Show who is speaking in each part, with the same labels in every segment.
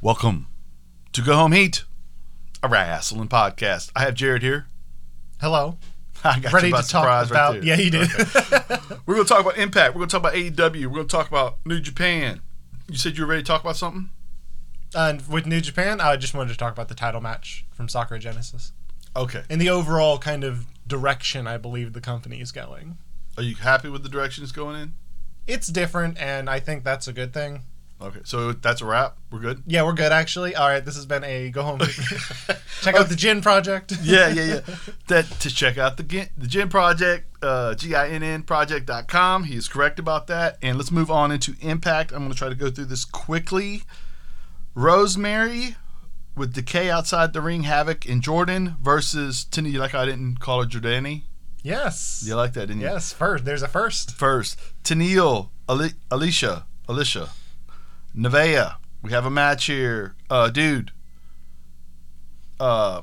Speaker 1: Welcome to Go Home Heat, a wrestling podcast. I have Jared here.
Speaker 2: Hello.
Speaker 1: I got
Speaker 2: Ready
Speaker 1: you by
Speaker 2: to
Speaker 1: surprise
Speaker 2: talk about?
Speaker 1: right there.
Speaker 2: yeah, you did.
Speaker 1: We're going to talk about Impact. We're going to talk about AEW. We're going to talk about New Japan. You said you were ready to talk about something?
Speaker 2: and with New Japan, I just wanted to talk about the title match from Sakura Genesis
Speaker 1: Okay.
Speaker 2: and the overall kind of direction I believe the company is going.
Speaker 1: Are you happy with the direction it's going in?
Speaker 2: It's different, and I think that's a good thing.
Speaker 1: Okay. So that's a wrap. We're good?
Speaker 2: Yeah, we're good actually. All right, this has been a go home. Check out the Gin Project.
Speaker 1: yeah, yeah, yeah. That to check out the Gin, the Gin Project, uh, G-I-N-N project.com. He is correct about that. And let's move on into Impact. I'm going to try to go through this quickly. Rosemary with Decay outside the ring, Havoc, and Jordan versus Tini. You like how I didn't call her Jordani?
Speaker 2: Yes.
Speaker 1: You like that, didn't you?
Speaker 2: Yes. First, there's a first.
Speaker 1: First, Tennille, Ali- Alicia, Alicia, Nevaeh. We have a match here, uh, dude. Uh,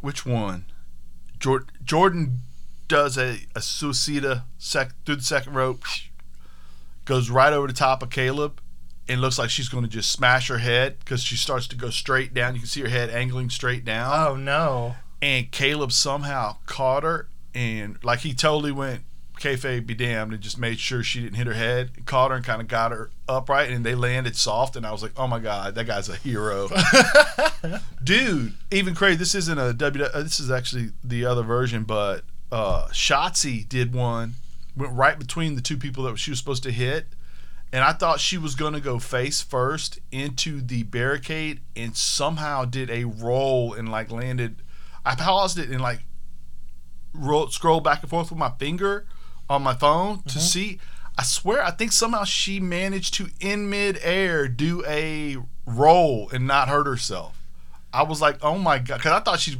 Speaker 1: which one? Jor- Jordan does a a suicida sec through the second rope, goes right over the top of Caleb, and looks like she's going to just smash her head because she starts to go straight down. You can see her head angling straight down
Speaker 2: Oh no.
Speaker 1: and Caleb somehow caught her and like he totally went kayfabe be damned and just made sure she didn't hit her head caught her and kind of got her upright and they landed soft and I was like oh my god that guy's a hero dude even crazy this isn't a W uh, this is actually the other version but uh Shotzi did one went right between the two people that she was supposed to hit and I thought she was going to go face first into the barricade and somehow did a roll and like landed. I paused it and like roll, scrolled back and forth with my finger on my phone to see. I swear, I think somehow she managed to in midair do a roll and not hurt herself. I was like, oh my God. Because I thought she,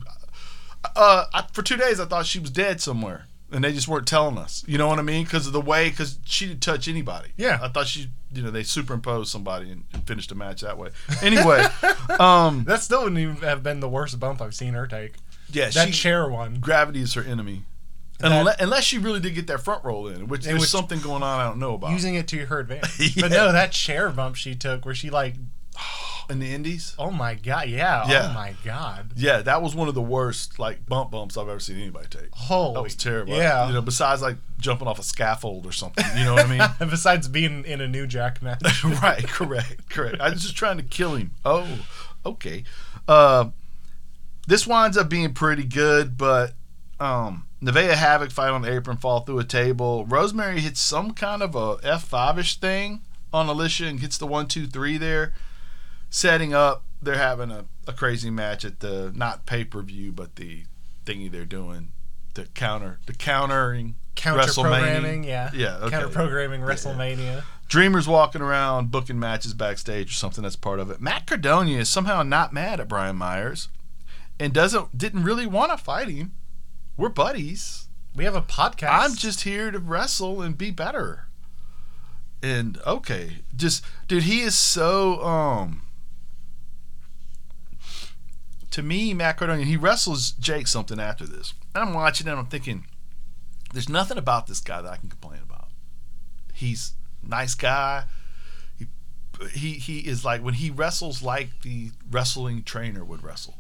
Speaker 1: uh, I, for two days, I thought she was dead somewhere. And they just weren't telling us. You know what I mean? Because of the way, because she didn't touch anybody.
Speaker 2: Yeah.
Speaker 1: I thought she, you know, they superimposed somebody and, and finished the match that way. Anyway, um,
Speaker 2: That still wouldn't even have been the worst bump I've seen her take.
Speaker 1: yeah,
Speaker 2: That
Speaker 1: she,
Speaker 2: chair one.
Speaker 1: gravity is her enemy.
Speaker 2: That-
Speaker 1: Unless, unless she really did get that front roll in, which
Speaker 2: In
Speaker 1: there's
Speaker 2: which-
Speaker 1: something going on I don't know about
Speaker 2: Using it to her advantage.
Speaker 1: Yeah.
Speaker 2: But no, that chair bump she took where she like
Speaker 1: in the Indies.
Speaker 2: Oh my god! Yeah.
Speaker 1: Yeah.
Speaker 2: Oh my god.
Speaker 1: Yeah, that was one of the worst like bump bumps I've ever seen anybody take.
Speaker 2: Holy.
Speaker 1: That was terrible.
Speaker 2: Yeah.
Speaker 1: you know, besides like jumping off a scaffold or something. You know what I mean?
Speaker 2: and besides being in a new Jack match,
Speaker 1: right, correct, correct. I was just trying to kill him. Oh, okay. Uh, this winds up being pretty good, but um, Nevaeh Havoc fight on the apron, fall through a table. Rosemary hits some kind of a F five ish thing on Alicia and gets the one two three there, setting up. They're having a, a crazy match at the not pay per view, but the thingy they're doing, the counter, the countering
Speaker 2: counter programming. Yeah.
Speaker 1: Yeah, okay.
Speaker 2: Counter programming WrestleMania.
Speaker 1: Dreamers walking around booking matches backstage or something that's part of it. Matt Cardonia is somehow not mad at Brian Myers and doesn't didn't really want to fight him. We're buddies.
Speaker 2: We have a podcast.
Speaker 1: I'm just here to wrestle and be better. And okay, just dude, he is so um to me, Matt Cardonia, he wrestles Jake something after this. And I'm watching it and I'm thinking, there's nothing about this guy that I can complain about. He's a nice guy. He he he is like when he wrestles like the wrestling trainer would wrestle.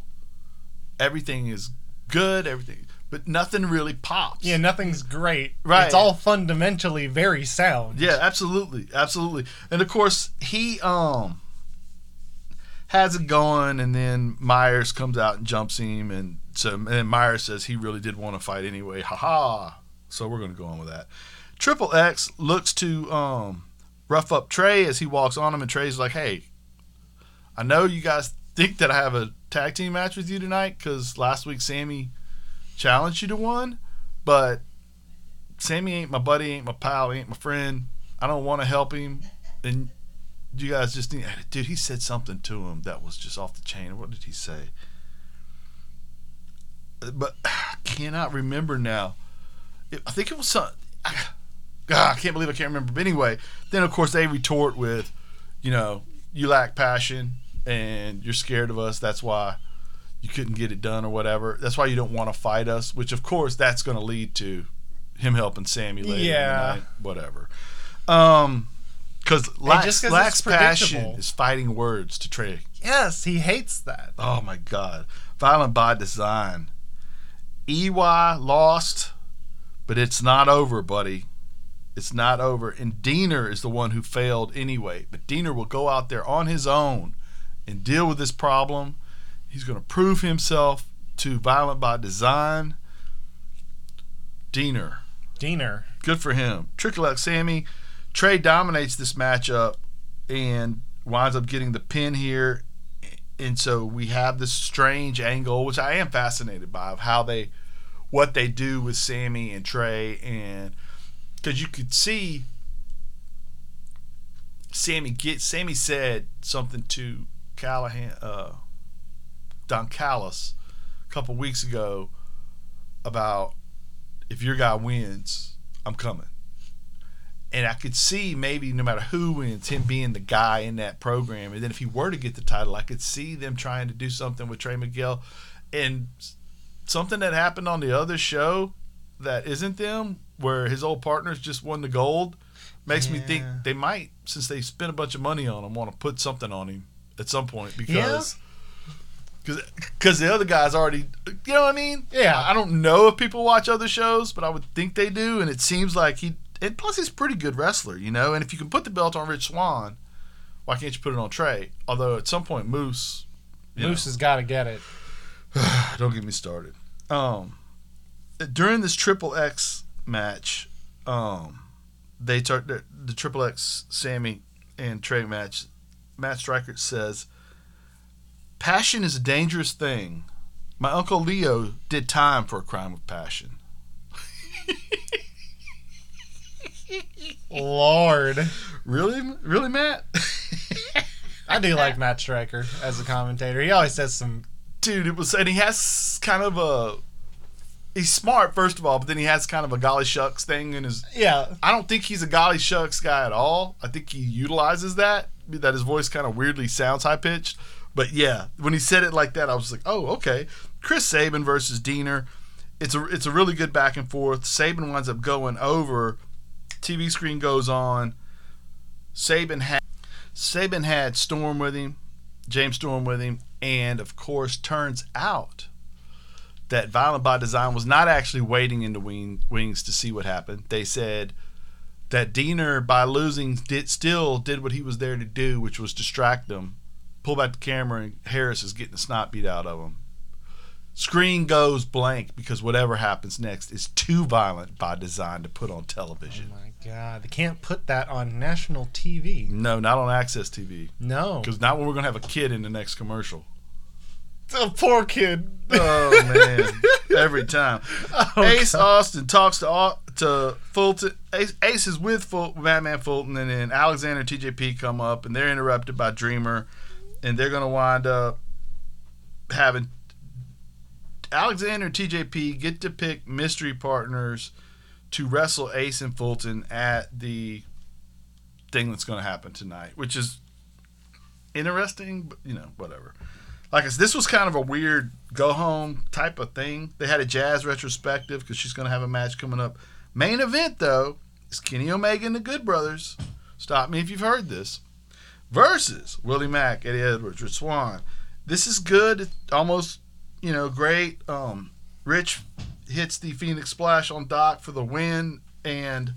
Speaker 1: Everything is good, everything but nothing really pops.
Speaker 2: Yeah. Nothing's great.
Speaker 1: Right.
Speaker 2: It's all fundamentally very sound.
Speaker 1: Yeah, absolutely, absolutely. And of course, he um has it going, and then Myers comes out and jumps him, and so and then Myers says he really did want to fight anyway. Ha ha. So we're gonna go on with that. Triple X looks to um rough up Trey as he walks on him, and Trey's like, "Hey, I know you guys think that I have a tag team match with you tonight because last week Sammy challenged you to one, but Sammy ain't my buddy, ain't my pal, ain't my friend. I don't want to help him. And you guys just need, dude. He said something to him that was just off the chain. What did he say? But I cannot remember now. It- I think it was some. I, God, I can't believe I can't remember. But anyway, then of course they retort with, you know, you lack passion and you're scared of us. That's why you couldn't get it done or whatever. That's why you don't want to fight us. Which of course that's going to lead to him helping Sammy later. in the
Speaker 2: Yeah.
Speaker 1: night, whatever. Um, Because Lax,
Speaker 2: just 'cause
Speaker 1: Lax
Speaker 2: it's
Speaker 1: Passion
Speaker 2: predictable.
Speaker 1: is fighting words to Trey.
Speaker 2: Yes, he hates that.
Speaker 1: Oh my God. Violent by design. EY lost, but it's not over, buddy. It's not over. And Diener is the one who failed anyway. But Diener will go out there on his own and deal with this problem. He's going to prove himself to Violent by Design. Diener,
Speaker 2: Diener.
Speaker 1: good for him. Trick luck, Sammy. Trey dominates this matchup and winds up getting the pin here. And so we have this strange angle, which I am fascinated by, of how they, what they do with Sammy and Trey, and because you could see Sammy get Sammy said something to Callahan, uh, Don Callis, a couple weeks ago about if your guy wins, I'm coming. And I could see maybe no matter who wins, him being the guy in that program. And then if he were to get the title, I could see them trying to do something with Trey Miguel. And s- something that happened on the other show that isn't them, where his old partners just won the gold, makes me think
Speaker 2: Yeah.
Speaker 1: they might, since they spent a bunch of money on him, want to put something on him at some point because. Because the other guy's already, you know what I mean?
Speaker 2: Yeah.
Speaker 1: I don't know if people watch other shows, but I would think they do. And it seems like he, and plus he's a pretty good wrestler, you know. And if you can put the belt on Rich Swan, why can't you put it on Trey? Although at some point Moose, you
Speaker 2: Moose has got to get it.
Speaker 1: know, don't get me started. Um, during this Triple X match, um, they start the, the Triple X Sammy and Trey match. Matt Stryker says, "Passion is a dangerous thing." My uncle Leo did time for a crime of passion.
Speaker 2: Lord.
Speaker 1: Really, really, Matt?
Speaker 2: I do like Matt Stryker as a commentator. He always says some.
Speaker 1: Dude, it was, and he has kind of a. He's smart, first of all, but then he has kind of a golly shucks thing in his.
Speaker 2: Yeah.
Speaker 1: I don't think he's a golly shucks guy at all. I think he utilizes that. That his voice kind of weirdly sounds high pitched, but yeah, when he said it like that, I was like, oh, okay. Chris Saban versus Diener. It's a it's a really good back and forth. Saban winds up going over. TV screen goes on. Saban had Saban had Storm with him, James Storm with him, and of course, turns out that Violent by Design was not actually waiting in the wing, wings to see what happened. They said that Diener, by losing, did still did what he was there to do, which was distract them, pull back the camera, and Harris is getting the snot beat out of him. Screen goes blank because whatever happens next is too violent by design to put on
Speaker 2: Oh
Speaker 1: television.
Speaker 2: my God. They can't put that on national TV.
Speaker 1: No, not on Access TV.
Speaker 2: No.
Speaker 1: Because not when we're gonna have a kid in the next commercial.
Speaker 2: A poor kid.
Speaker 1: Oh man, every time.
Speaker 2: Oh,
Speaker 1: Ace
Speaker 2: God.
Speaker 1: Austin talks to Au- to Fulton. Ace, Ace is with Ful- Batman Fulton, and then Alexander and TJP come up, and they're interrupted by Dreamer, and they're gonna wind up having Alexander and TJP get to pick mystery partners to wrestle Ace and Fulton at the thing that's gonna happen tonight, which is interesting, but you know, whatever like I said, this was kind of a weird go home type of thing. They had a jazz retrospective because she's going to have a match coming up. Main event though is Kenny Omega and the Good Brothers. Stop me if you've heard this. Versus Willie Mack, Eddie Edwards, Rich Swan. This is good, almost you know great. Um, Rich hits the Phoenix Splash on Doc for the win, and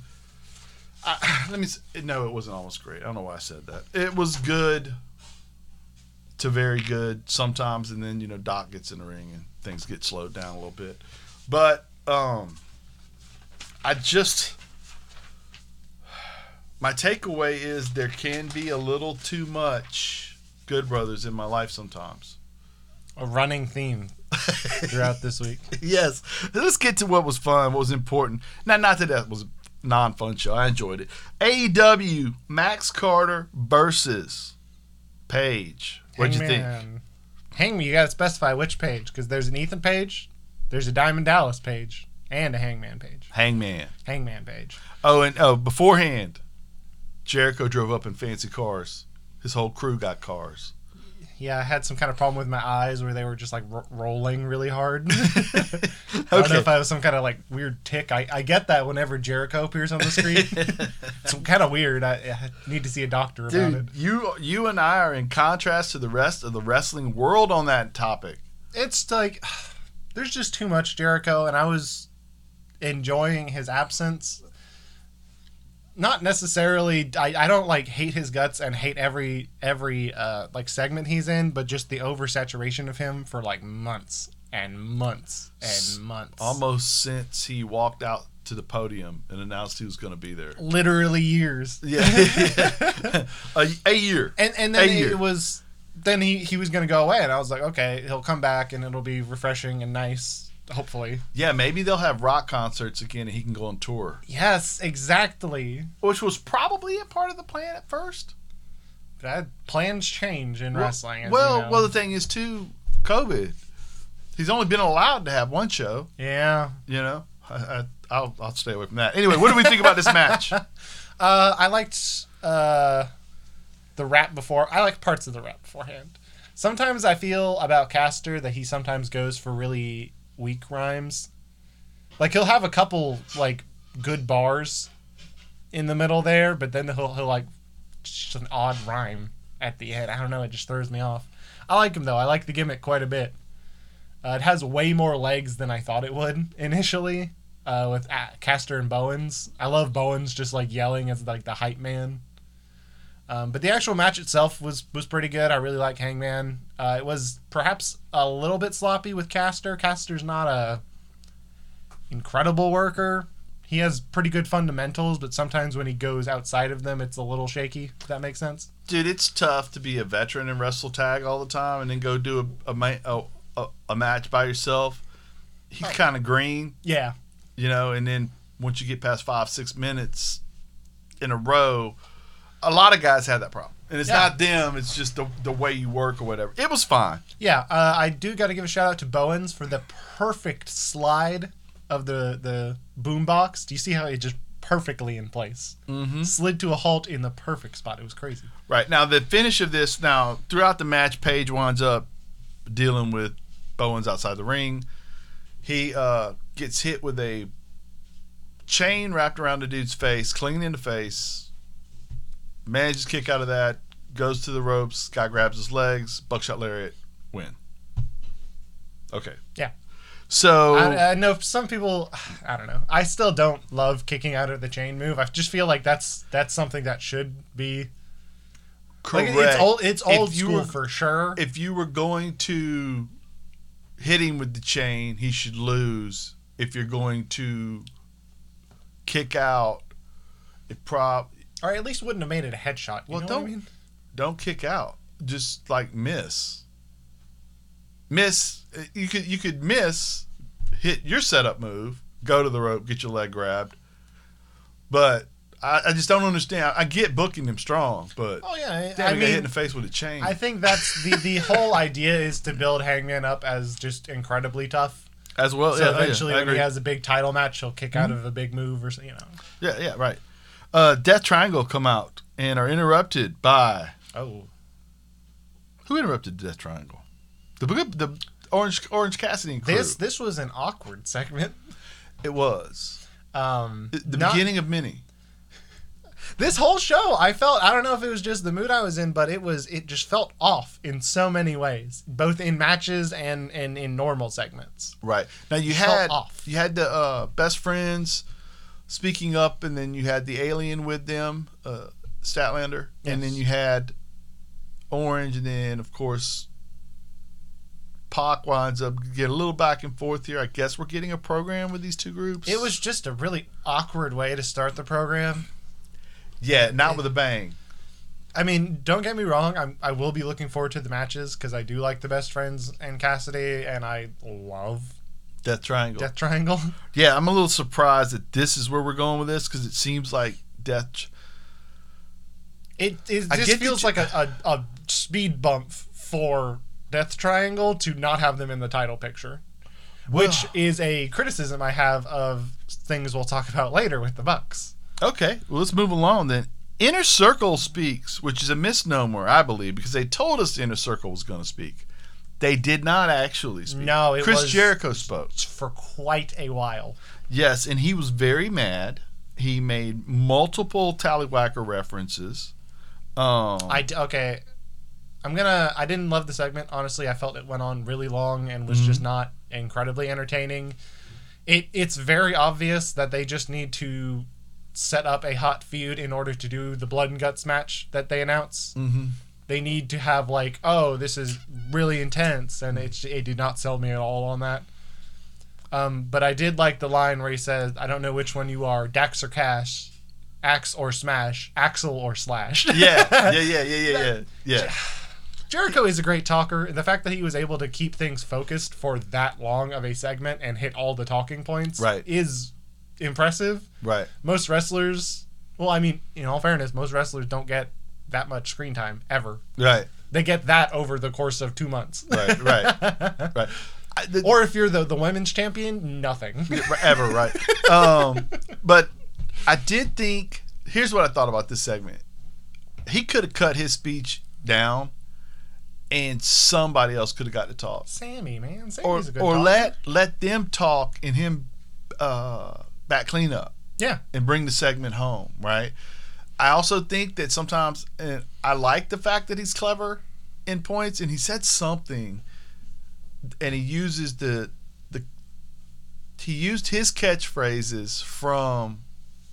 Speaker 1: I, let me s- no, it wasn't almost great. I don't know why I said that. It was good to very good sometimes, and then you know Doc gets in the ring and things get slowed down a little bit. But um, I just my takeaway is there can be a little too much Good Brothers in my life sometimes.
Speaker 2: A running theme throughout this week.
Speaker 1: yes. Let's get to what was fun, what was important. Now, not that that was a non-fun show. I enjoyed it. AEW Max Carter versus Paige. What'd you think?
Speaker 2: Hangman. Hangman, you got to specify which page because there's an Ethan page, there's a Diamond Dallas page, and a Hangman page.
Speaker 1: Hangman.
Speaker 2: Hangman page.
Speaker 1: Oh, and oh, beforehand, Jericho drove up in fancy cars. His whole crew got cars.
Speaker 2: yeah, I had some kind of problem with my eyes where they were just like ro- rolling really hard. I don't know
Speaker 3: Okay.
Speaker 2: if I have some kind of like weird tick. I, I get that whenever Jericho appears on the screen. it's kind of weird. I, I need to see a doctor about it.
Speaker 1: Dude, you you and I are in contrast to the rest of the wrestling world on that topic.
Speaker 2: It's like there's just too much Jericho, and I was enjoying his absence. Not necessarily. I, I don't like hate his guts and hate every every uh, like segment he's in, but just the oversaturation of him for like months and months and months.
Speaker 1: Almost since he walked out to the podium and announced he was going to be there.
Speaker 2: literally years.
Speaker 1: Yeah, a, a year.
Speaker 2: And and then
Speaker 1: A
Speaker 2: it,
Speaker 1: year.
Speaker 2: was then he he was gonna go away, and I was like, okay, he'll come back, and it'll be refreshing and nice, hopefully.
Speaker 1: Yeah, maybe they'll have rock concerts again, and he can go on tour,
Speaker 2: Yes, exactly.
Speaker 1: which was probably a part of the plan at first.
Speaker 2: That plans change in wrestling. as
Speaker 1: well,
Speaker 2: you know.
Speaker 1: well, the thing is too, COVID. He's only been allowed to have one show.
Speaker 2: yeah.
Speaker 1: You know, I, I, I'll I'll stay away from that. Anyway, what do we think about this match?
Speaker 2: Uh, I liked uh, the rap before. I like parts of the rap beforehand. Sometimes I feel about Caster that he sometimes goes for really weak rhymes. Like he'll have a couple like good bars in the middle there, but then he'll he'll like just an odd rhyme at the end. I don't know. It just throws me off. I like him though. I like the gimmick quite a bit. Uh, it has way more legs than I thought it would initially. Uh, with a Caster and Bowens, I love Bowens just like yelling as like the hype man. Um, but the actual match itself was was pretty good. I really like Hangman. Uh, it was perhaps a little bit sloppy with Caster. Caster's not a incredible worker. He has pretty good fundamentals, but sometimes when he goes outside of them, it's a little shaky. If that makes sense.
Speaker 1: Dude, it's tough to be a veteran and wrestle tag all the time, and then go do a a ma- a, a, a match by yourself. He's kind of green,
Speaker 2: Yeah,
Speaker 1: you know, and then once you get past five six minutes in a row, a lot of guys have that problem, and it's
Speaker 2: Yeah.
Speaker 1: not them; it's just the the way you work or whatever. It was fine.
Speaker 2: Yeah, uh, I do got to give a shout out to Bowens for the perfect slide of the the boombox. Do you see how it just perfectly in place? Mm-hmm. Slid to a halt in the perfect spot. It was crazy.
Speaker 1: Right now, the finish of this now throughout the match, Paige winds up dealing with Bowens outside the ring. He uh, gets hit with a chain wrapped around the dude's face, clinging in the face. Manages to kick out of that, goes to the ropes. Guy grabs his legs, buckshot lariat, win. Okay.
Speaker 2: Yeah.
Speaker 1: So
Speaker 2: I, I know some people. I don't know. I still don't love kicking out of the chain move. I just feel like that's that's something that should be
Speaker 1: correct.
Speaker 2: like it's old. It's old
Speaker 1: If you
Speaker 2: school
Speaker 1: were-
Speaker 2: for sure.
Speaker 1: if you were going to hit him with the chain, he should lose. If you're going to kick out, it prob
Speaker 2: or at least wouldn't have made it a headshot. You
Speaker 1: Well,
Speaker 2: know
Speaker 1: don't-
Speaker 2: what I mean?
Speaker 1: don't kick out. Just like miss, miss. You could you could miss, hit your setup move, go to the rope, get your leg grabbed. But I, I just don't understand. I get booking him strong, but
Speaker 2: Oh yeah.
Speaker 1: damn,
Speaker 2: I, I
Speaker 1: he got hit
Speaker 2: mean,
Speaker 1: in the face with a chain.
Speaker 2: I think that's the the whole idea is to build Hangman up as just incredibly tough.
Speaker 1: as well,
Speaker 2: So
Speaker 1: Oh, yeah, yeah,
Speaker 2: eventually,
Speaker 1: I
Speaker 2: when he
Speaker 1: agree. Mm-hmm.
Speaker 2: has a big title match, he'll kick out of a big move or something. You know.
Speaker 1: Yeah, yeah, right. Uh, Death Triangle come out and are interrupted by
Speaker 2: Oh,
Speaker 1: who interrupted Death Triangle? The the Orange Orange Cassidy and crew.
Speaker 2: this this was an awkward segment.
Speaker 1: it was
Speaker 2: Um,
Speaker 1: the, the
Speaker 2: not-
Speaker 1: beginning of many.
Speaker 2: This whole show, I felt I don't know if it was just the mood I was in, but it was it just felt off in so many ways, both in matches and and in normal segments.
Speaker 1: Right now you
Speaker 2: Fell
Speaker 1: had
Speaker 2: off.
Speaker 1: you had the uh, best friends speaking up, and then you had the alien with them, uh, Statlander, and
Speaker 2: Yes.
Speaker 1: then you had Orange, and then of course. Pac winds up get a little back and forth here. I guess we're getting a program with these two groups.
Speaker 2: It was just a really awkward way to start the program.
Speaker 1: yeah, not with a bang.
Speaker 2: I mean, don't get me wrong. I'm, I will be looking forward to the matches because I do like the best friends and Cassidy, and I love
Speaker 1: Death Triangle.
Speaker 2: Death Triangle.
Speaker 1: Yeah, I'm a little surprised that this is where we're going with this because it seems like death. Tr-
Speaker 2: It, it
Speaker 1: I
Speaker 2: just
Speaker 1: get
Speaker 2: feels
Speaker 1: that
Speaker 2: like a, a, a speed bump for Death Triangle to not have them in the title picture, which is a criticism I have of things we'll talk about later with the Bucks.
Speaker 1: Okay, well let's move along then. Inner Circle speaks, which is a misnomer, I believe, because they told us the Inner Circle was going to speak. They did not actually speak.
Speaker 2: No, it
Speaker 1: Chris
Speaker 2: was-
Speaker 1: Jericho spoke.
Speaker 2: for quite a while.
Speaker 1: Yes, and he was very mad. He made multiple Tallywhacker references. Um,
Speaker 2: I d- okay. I'm gonna. I didn't love the segment. Honestly, I felt it went on really long and was just not incredibly entertaining. It it's very obvious that they just need to set up a hot feud in order to do the blood and guts match that they announce.
Speaker 1: mhm.
Speaker 2: They need to have like, oh, this is really intense, and it it did not sell me at all on that. Um, but I did like the line where he says, "I don't know which one you are, Dax or Cash, Axe or Smash, Axel or Slash."
Speaker 1: yeah, yeah, yeah, yeah, yeah, yeah, yeah.
Speaker 2: Jericho is a great talker, and the fact that he was able to keep things focused for that long of a segment and hit all the talking points
Speaker 1: Right.
Speaker 2: is impressive.
Speaker 1: Right.
Speaker 2: Most wrestlers, well, I mean, in all fairness, most wrestlers don't get that much screen time ever.
Speaker 1: Right.
Speaker 2: They get that over the course of two months.
Speaker 1: Right, right, right. I, the,
Speaker 2: or if you're the, the women's champion, nothing.
Speaker 1: ever right. Um, but I did think. Here's what I thought about this segment. He could have cut his speech down, and somebody else could have got to talk,
Speaker 2: Sammy, man. Sammy's
Speaker 1: or
Speaker 2: a good
Speaker 1: or
Speaker 2: talker.
Speaker 1: let let them talk and him uh, back clean up.
Speaker 2: Yeah.
Speaker 1: and bring the segment home, right? I also think that sometimes, and I like the fact that he's clever in points, and he said something, and he uses the the he used his catchphrases from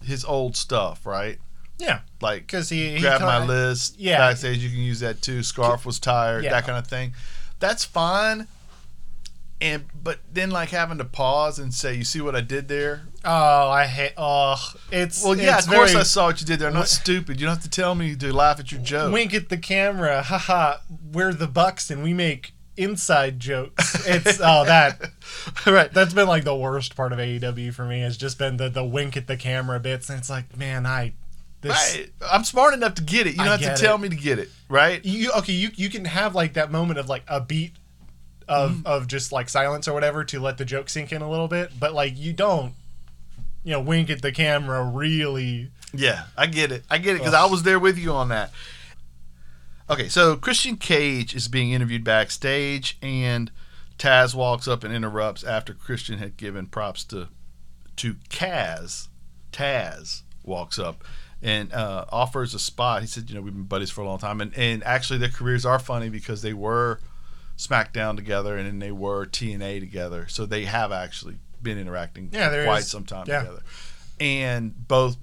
Speaker 1: his old stuff, right?
Speaker 2: Yeah.
Speaker 1: Like
Speaker 2: Because he, he
Speaker 1: grab my
Speaker 2: kinda-
Speaker 1: list,
Speaker 2: yeah.
Speaker 1: backstage. You can use that too. Scarf was tired,
Speaker 2: Yeah.
Speaker 1: that kind of thing. That's fine. And but then like having to pause and say, "You see what I did there?"
Speaker 2: Oh, I hate. Oh, it's.
Speaker 1: Well, yeah,
Speaker 2: it's
Speaker 1: of course
Speaker 2: very-
Speaker 1: I saw what you did there. I'm not stupid. You don't have to tell me to laugh at your joke.
Speaker 2: wink at the camera, haha, we're the Bucks and we make inside jokes. It's oh that
Speaker 1: right.
Speaker 2: that's been like the worst part of AEW for me has just been the the wink at the camera bits and it's like, man, I this
Speaker 1: Right. I'm smart enough to get it. You
Speaker 2: I
Speaker 1: don't have to
Speaker 2: get
Speaker 1: tell
Speaker 2: it.
Speaker 1: me to get it. Right?
Speaker 2: you okay, you you can have like that moment of like a beat of of just like silence or whatever to let the joke sink in a little bit, but like you don't you know, wink at the camera really
Speaker 1: Yeah, I get it. I get it because I was there with you on that. Okay, so Christian Cage is being interviewed backstage, and Taz walks up and interrupts after Christian had given props to to Kaz. Taz walks up and uh, offers a spot. He said, "You know, we've been buddies for a long time, and and actually their careers are funny because they were SmackDown together, and then they were TNA together, so they have actually been interacting
Speaker 2: Yeah,
Speaker 1: for
Speaker 2: there
Speaker 1: quite
Speaker 2: is-
Speaker 1: some time
Speaker 2: yeah.
Speaker 1: together, and both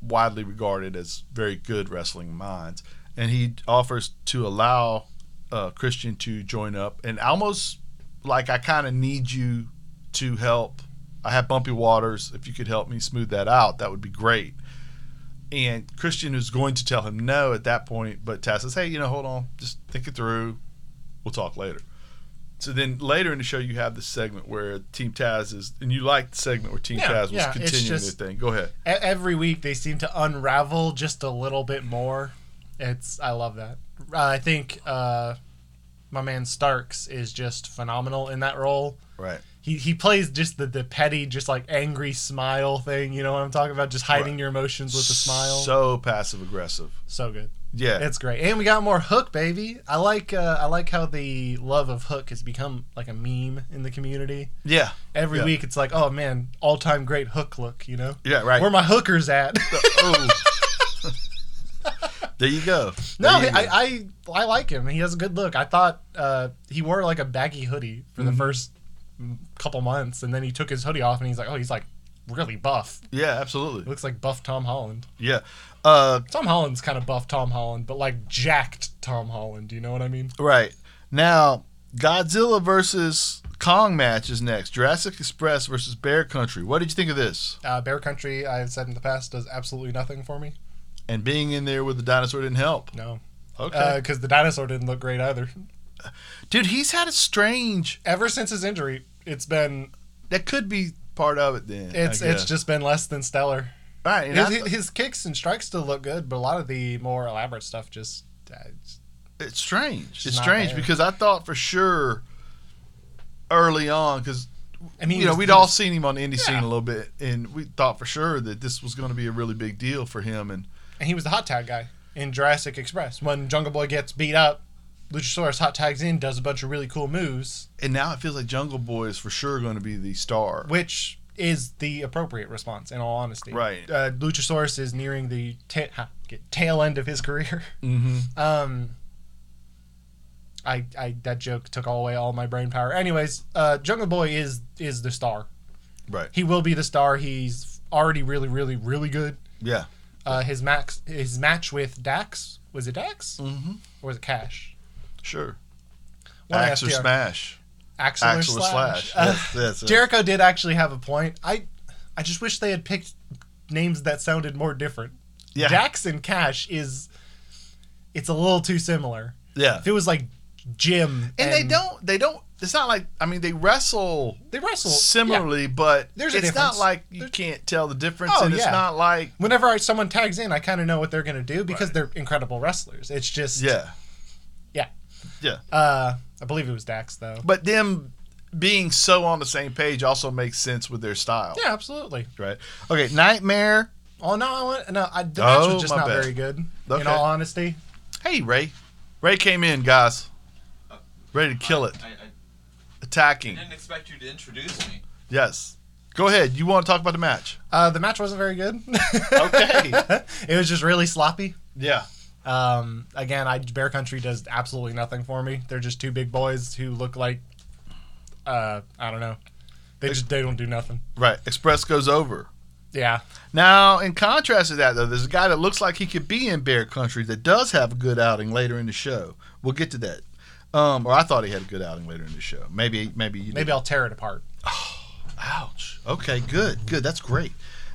Speaker 1: widely regarded as very good wrestling minds." And he offers to allow uh, Christian to join up, and almost like I kind of need you to help. I have bumpy waters. If you could help me smooth that out, that would be great. And Christian is going to tell him no at that point, but Taz says, "Hey, you know, hold on, just think it through. We'll talk later." So then later in the show, you have this segment where Team Taz is, and you like the segment where Team
Speaker 2: Yeah,
Speaker 1: Taz was
Speaker 2: yeah, it's
Speaker 1: continuing
Speaker 2: just-
Speaker 1: their thing. Go ahead.
Speaker 2: e- every week they seem to unravel just a little bit more. It's I love that. Uh, I think uh, my man Starks is just phenomenal in that role.
Speaker 1: Right.
Speaker 2: He he plays just the the petty, just like angry smile thing. You know what I'm talking about? Just hiding
Speaker 1: Right.
Speaker 2: your emotions with a smile. So,
Speaker 1: So passive aggressive.
Speaker 2: good.
Speaker 1: Yeah.
Speaker 2: It's great. And we got more Hook, baby. I like uh, I like how the love of Hook has become like a meme in the community.
Speaker 1: yeah.
Speaker 2: Every
Speaker 1: Yeah.
Speaker 2: week it's like, oh man, all time great Hook look. You know,
Speaker 1: Yeah. Right.
Speaker 2: where my hookers at?
Speaker 1: oh. there you go.
Speaker 2: No,
Speaker 1: There you go.
Speaker 2: I, I I like him. He has a good look. I thought uh, he wore like a baggy hoodie for
Speaker 1: Mm-hmm.
Speaker 2: the first mm, couple months, and then he took his hoodie off, and he's like, oh, he's like really buff.
Speaker 1: yeah, absolutely.
Speaker 2: looks like buff Tom Holland.
Speaker 1: Yeah. Uh,
Speaker 2: Tom Holland's kind of buff Tom Holland, but like jacked Tom Holland. Do you know what I mean?
Speaker 1: right. Now, Godzilla versus Kong match is next. Jurassic Express versus Bear Country. What did you think of this?
Speaker 2: Uh, Bear Country, I've said in the past, does absolutely nothing for me.
Speaker 1: And being in there with the dinosaur didn't help.
Speaker 2: No,
Speaker 1: Okay.
Speaker 2: because the dinosaur didn't look great either.
Speaker 1: Dude, he's had a strange.
Speaker 2: Ever since his injury, it's been
Speaker 1: That could be part of it then. I
Speaker 2: it's
Speaker 1: guess.
Speaker 2: it's just been less than stellar.
Speaker 1: All right. and I
Speaker 2: His,
Speaker 1: th-
Speaker 2: his kicks and strikes still look good, but a lot of the more elaborate stuff just. Uh, it's-
Speaker 1: it's strange. It's
Speaker 2: not
Speaker 1: strange
Speaker 2: there.
Speaker 1: because I thought for sure early on because
Speaker 2: I mean,
Speaker 1: you know
Speaker 2: he
Speaker 1: we'd
Speaker 2: was-
Speaker 1: all seen him on the indie scene
Speaker 2: Yeah.
Speaker 1: a little bit, and we thought for sure that this was going to be a really big deal for him, and
Speaker 2: and he was the hot tag guy in Jurassic Express. When Jungle Boy gets beat up, Luchasaurus hot tags in, does a bunch of really cool moves,
Speaker 1: And now it feels like Jungle Boy is for sure going to be the star.
Speaker 2: which is the appropriate response. In all honesty,
Speaker 1: Right.
Speaker 2: Uh, Luchasaurus is nearing the ta- ha- tail end of his career.
Speaker 1: Mm-hmm.
Speaker 2: Um, I, I that joke took all away all my brain power. Anyways, uh, Jungle Boy is is the star.
Speaker 1: Right.
Speaker 2: He will be the star. He's already really, really, really good.
Speaker 1: Yeah.
Speaker 2: Uh, his max his match with Dax was it Dax
Speaker 1: Mm-hmm.
Speaker 2: or was it Cash?
Speaker 1: Sure.
Speaker 2: One
Speaker 1: Axe or
Speaker 2: FTR.
Speaker 1: smash.
Speaker 2: Axe or
Speaker 1: Axe or slash.
Speaker 2: slash. Uh,
Speaker 1: Yes, yes, yes.
Speaker 2: Jericho did actually have a point. I I just wish they had picked names that sounded more different.
Speaker 1: Yeah.
Speaker 2: Dax and Cash is it's a little too similar.
Speaker 1: yeah.
Speaker 2: If it was like Jim
Speaker 1: And, they don't. They don't. It's not like. I mean, they wrestle
Speaker 2: they wrestle yeah.
Speaker 1: similarly, but
Speaker 2: There's a
Speaker 1: it's not
Speaker 2: difference.
Speaker 1: like you
Speaker 2: There's-
Speaker 1: can't tell the difference,
Speaker 2: Oh,
Speaker 1: and it's
Speaker 2: yeah.
Speaker 1: not like
Speaker 2: whenever I, someone tags in, I kind of know what they're going to do because they're incredible wrestlers. It's just,
Speaker 1: yeah,
Speaker 2: Yeah.
Speaker 1: yeah.
Speaker 2: uh, I believe it was Dax though.
Speaker 1: But them being so on the same page also makes sense with their style,
Speaker 2: Yeah, absolutely.
Speaker 1: right? Okay, Nightmare.
Speaker 2: Oh no, I want, no, I, the
Speaker 1: Oh,
Speaker 2: match was just
Speaker 1: my
Speaker 2: not
Speaker 1: bad.
Speaker 2: very good.
Speaker 1: Okay.
Speaker 2: In all honesty,
Speaker 1: Hey, Ray. Ray came in, guys, ready to kill it,
Speaker 3: I, I, I
Speaker 1: attacking.
Speaker 3: didn't expect you to introduce me.
Speaker 1: Yes. Go ahead. You want to talk about the match?
Speaker 2: uh, the match wasn't very good.
Speaker 1: Okay.
Speaker 2: it was just really sloppy.
Speaker 1: Yeah.
Speaker 2: Um, again, I Bear Country does absolutely nothing for me. They're just two big boys who look like, uh, I don't know. They just they don't do nothing.
Speaker 1: Right. Express goes over.
Speaker 2: Yeah,
Speaker 1: Now, in contrast to that, though, there's a guy that looks like he could be in Bear Country that does have a good outing later in the show. We'll get to that. Um, or I thought he had a good outing later in the show. Maybe, maybe you.
Speaker 2: maybe I'll tear it apart.
Speaker 1: did. Ouch. Okay. Good. Good. That's great.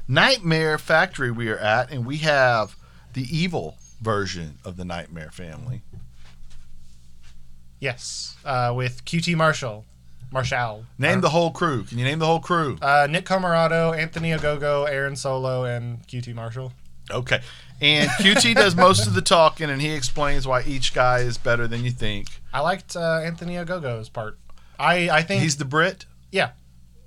Speaker 1: Nightmare Factory. We are at, and we have the evil version of the Nightmare family.
Speaker 2: Yes, uh, with QT Marshall, Marshall.
Speaker 1: Name the whole crew. Can you name the whole crew?
Speaker 2: Uh, Nick Camarado, Anthony Ogogo, Aaron Solo, and QT Marshall.
Speaker 1: Okay. And QT does most of the talking, and he explains why each guy is better than you think.
Speaker 2: I liked uh, Anthony Ogogo's part. I, I think
Speaker 1: He's the Brit.
Speaker 2: Yeah.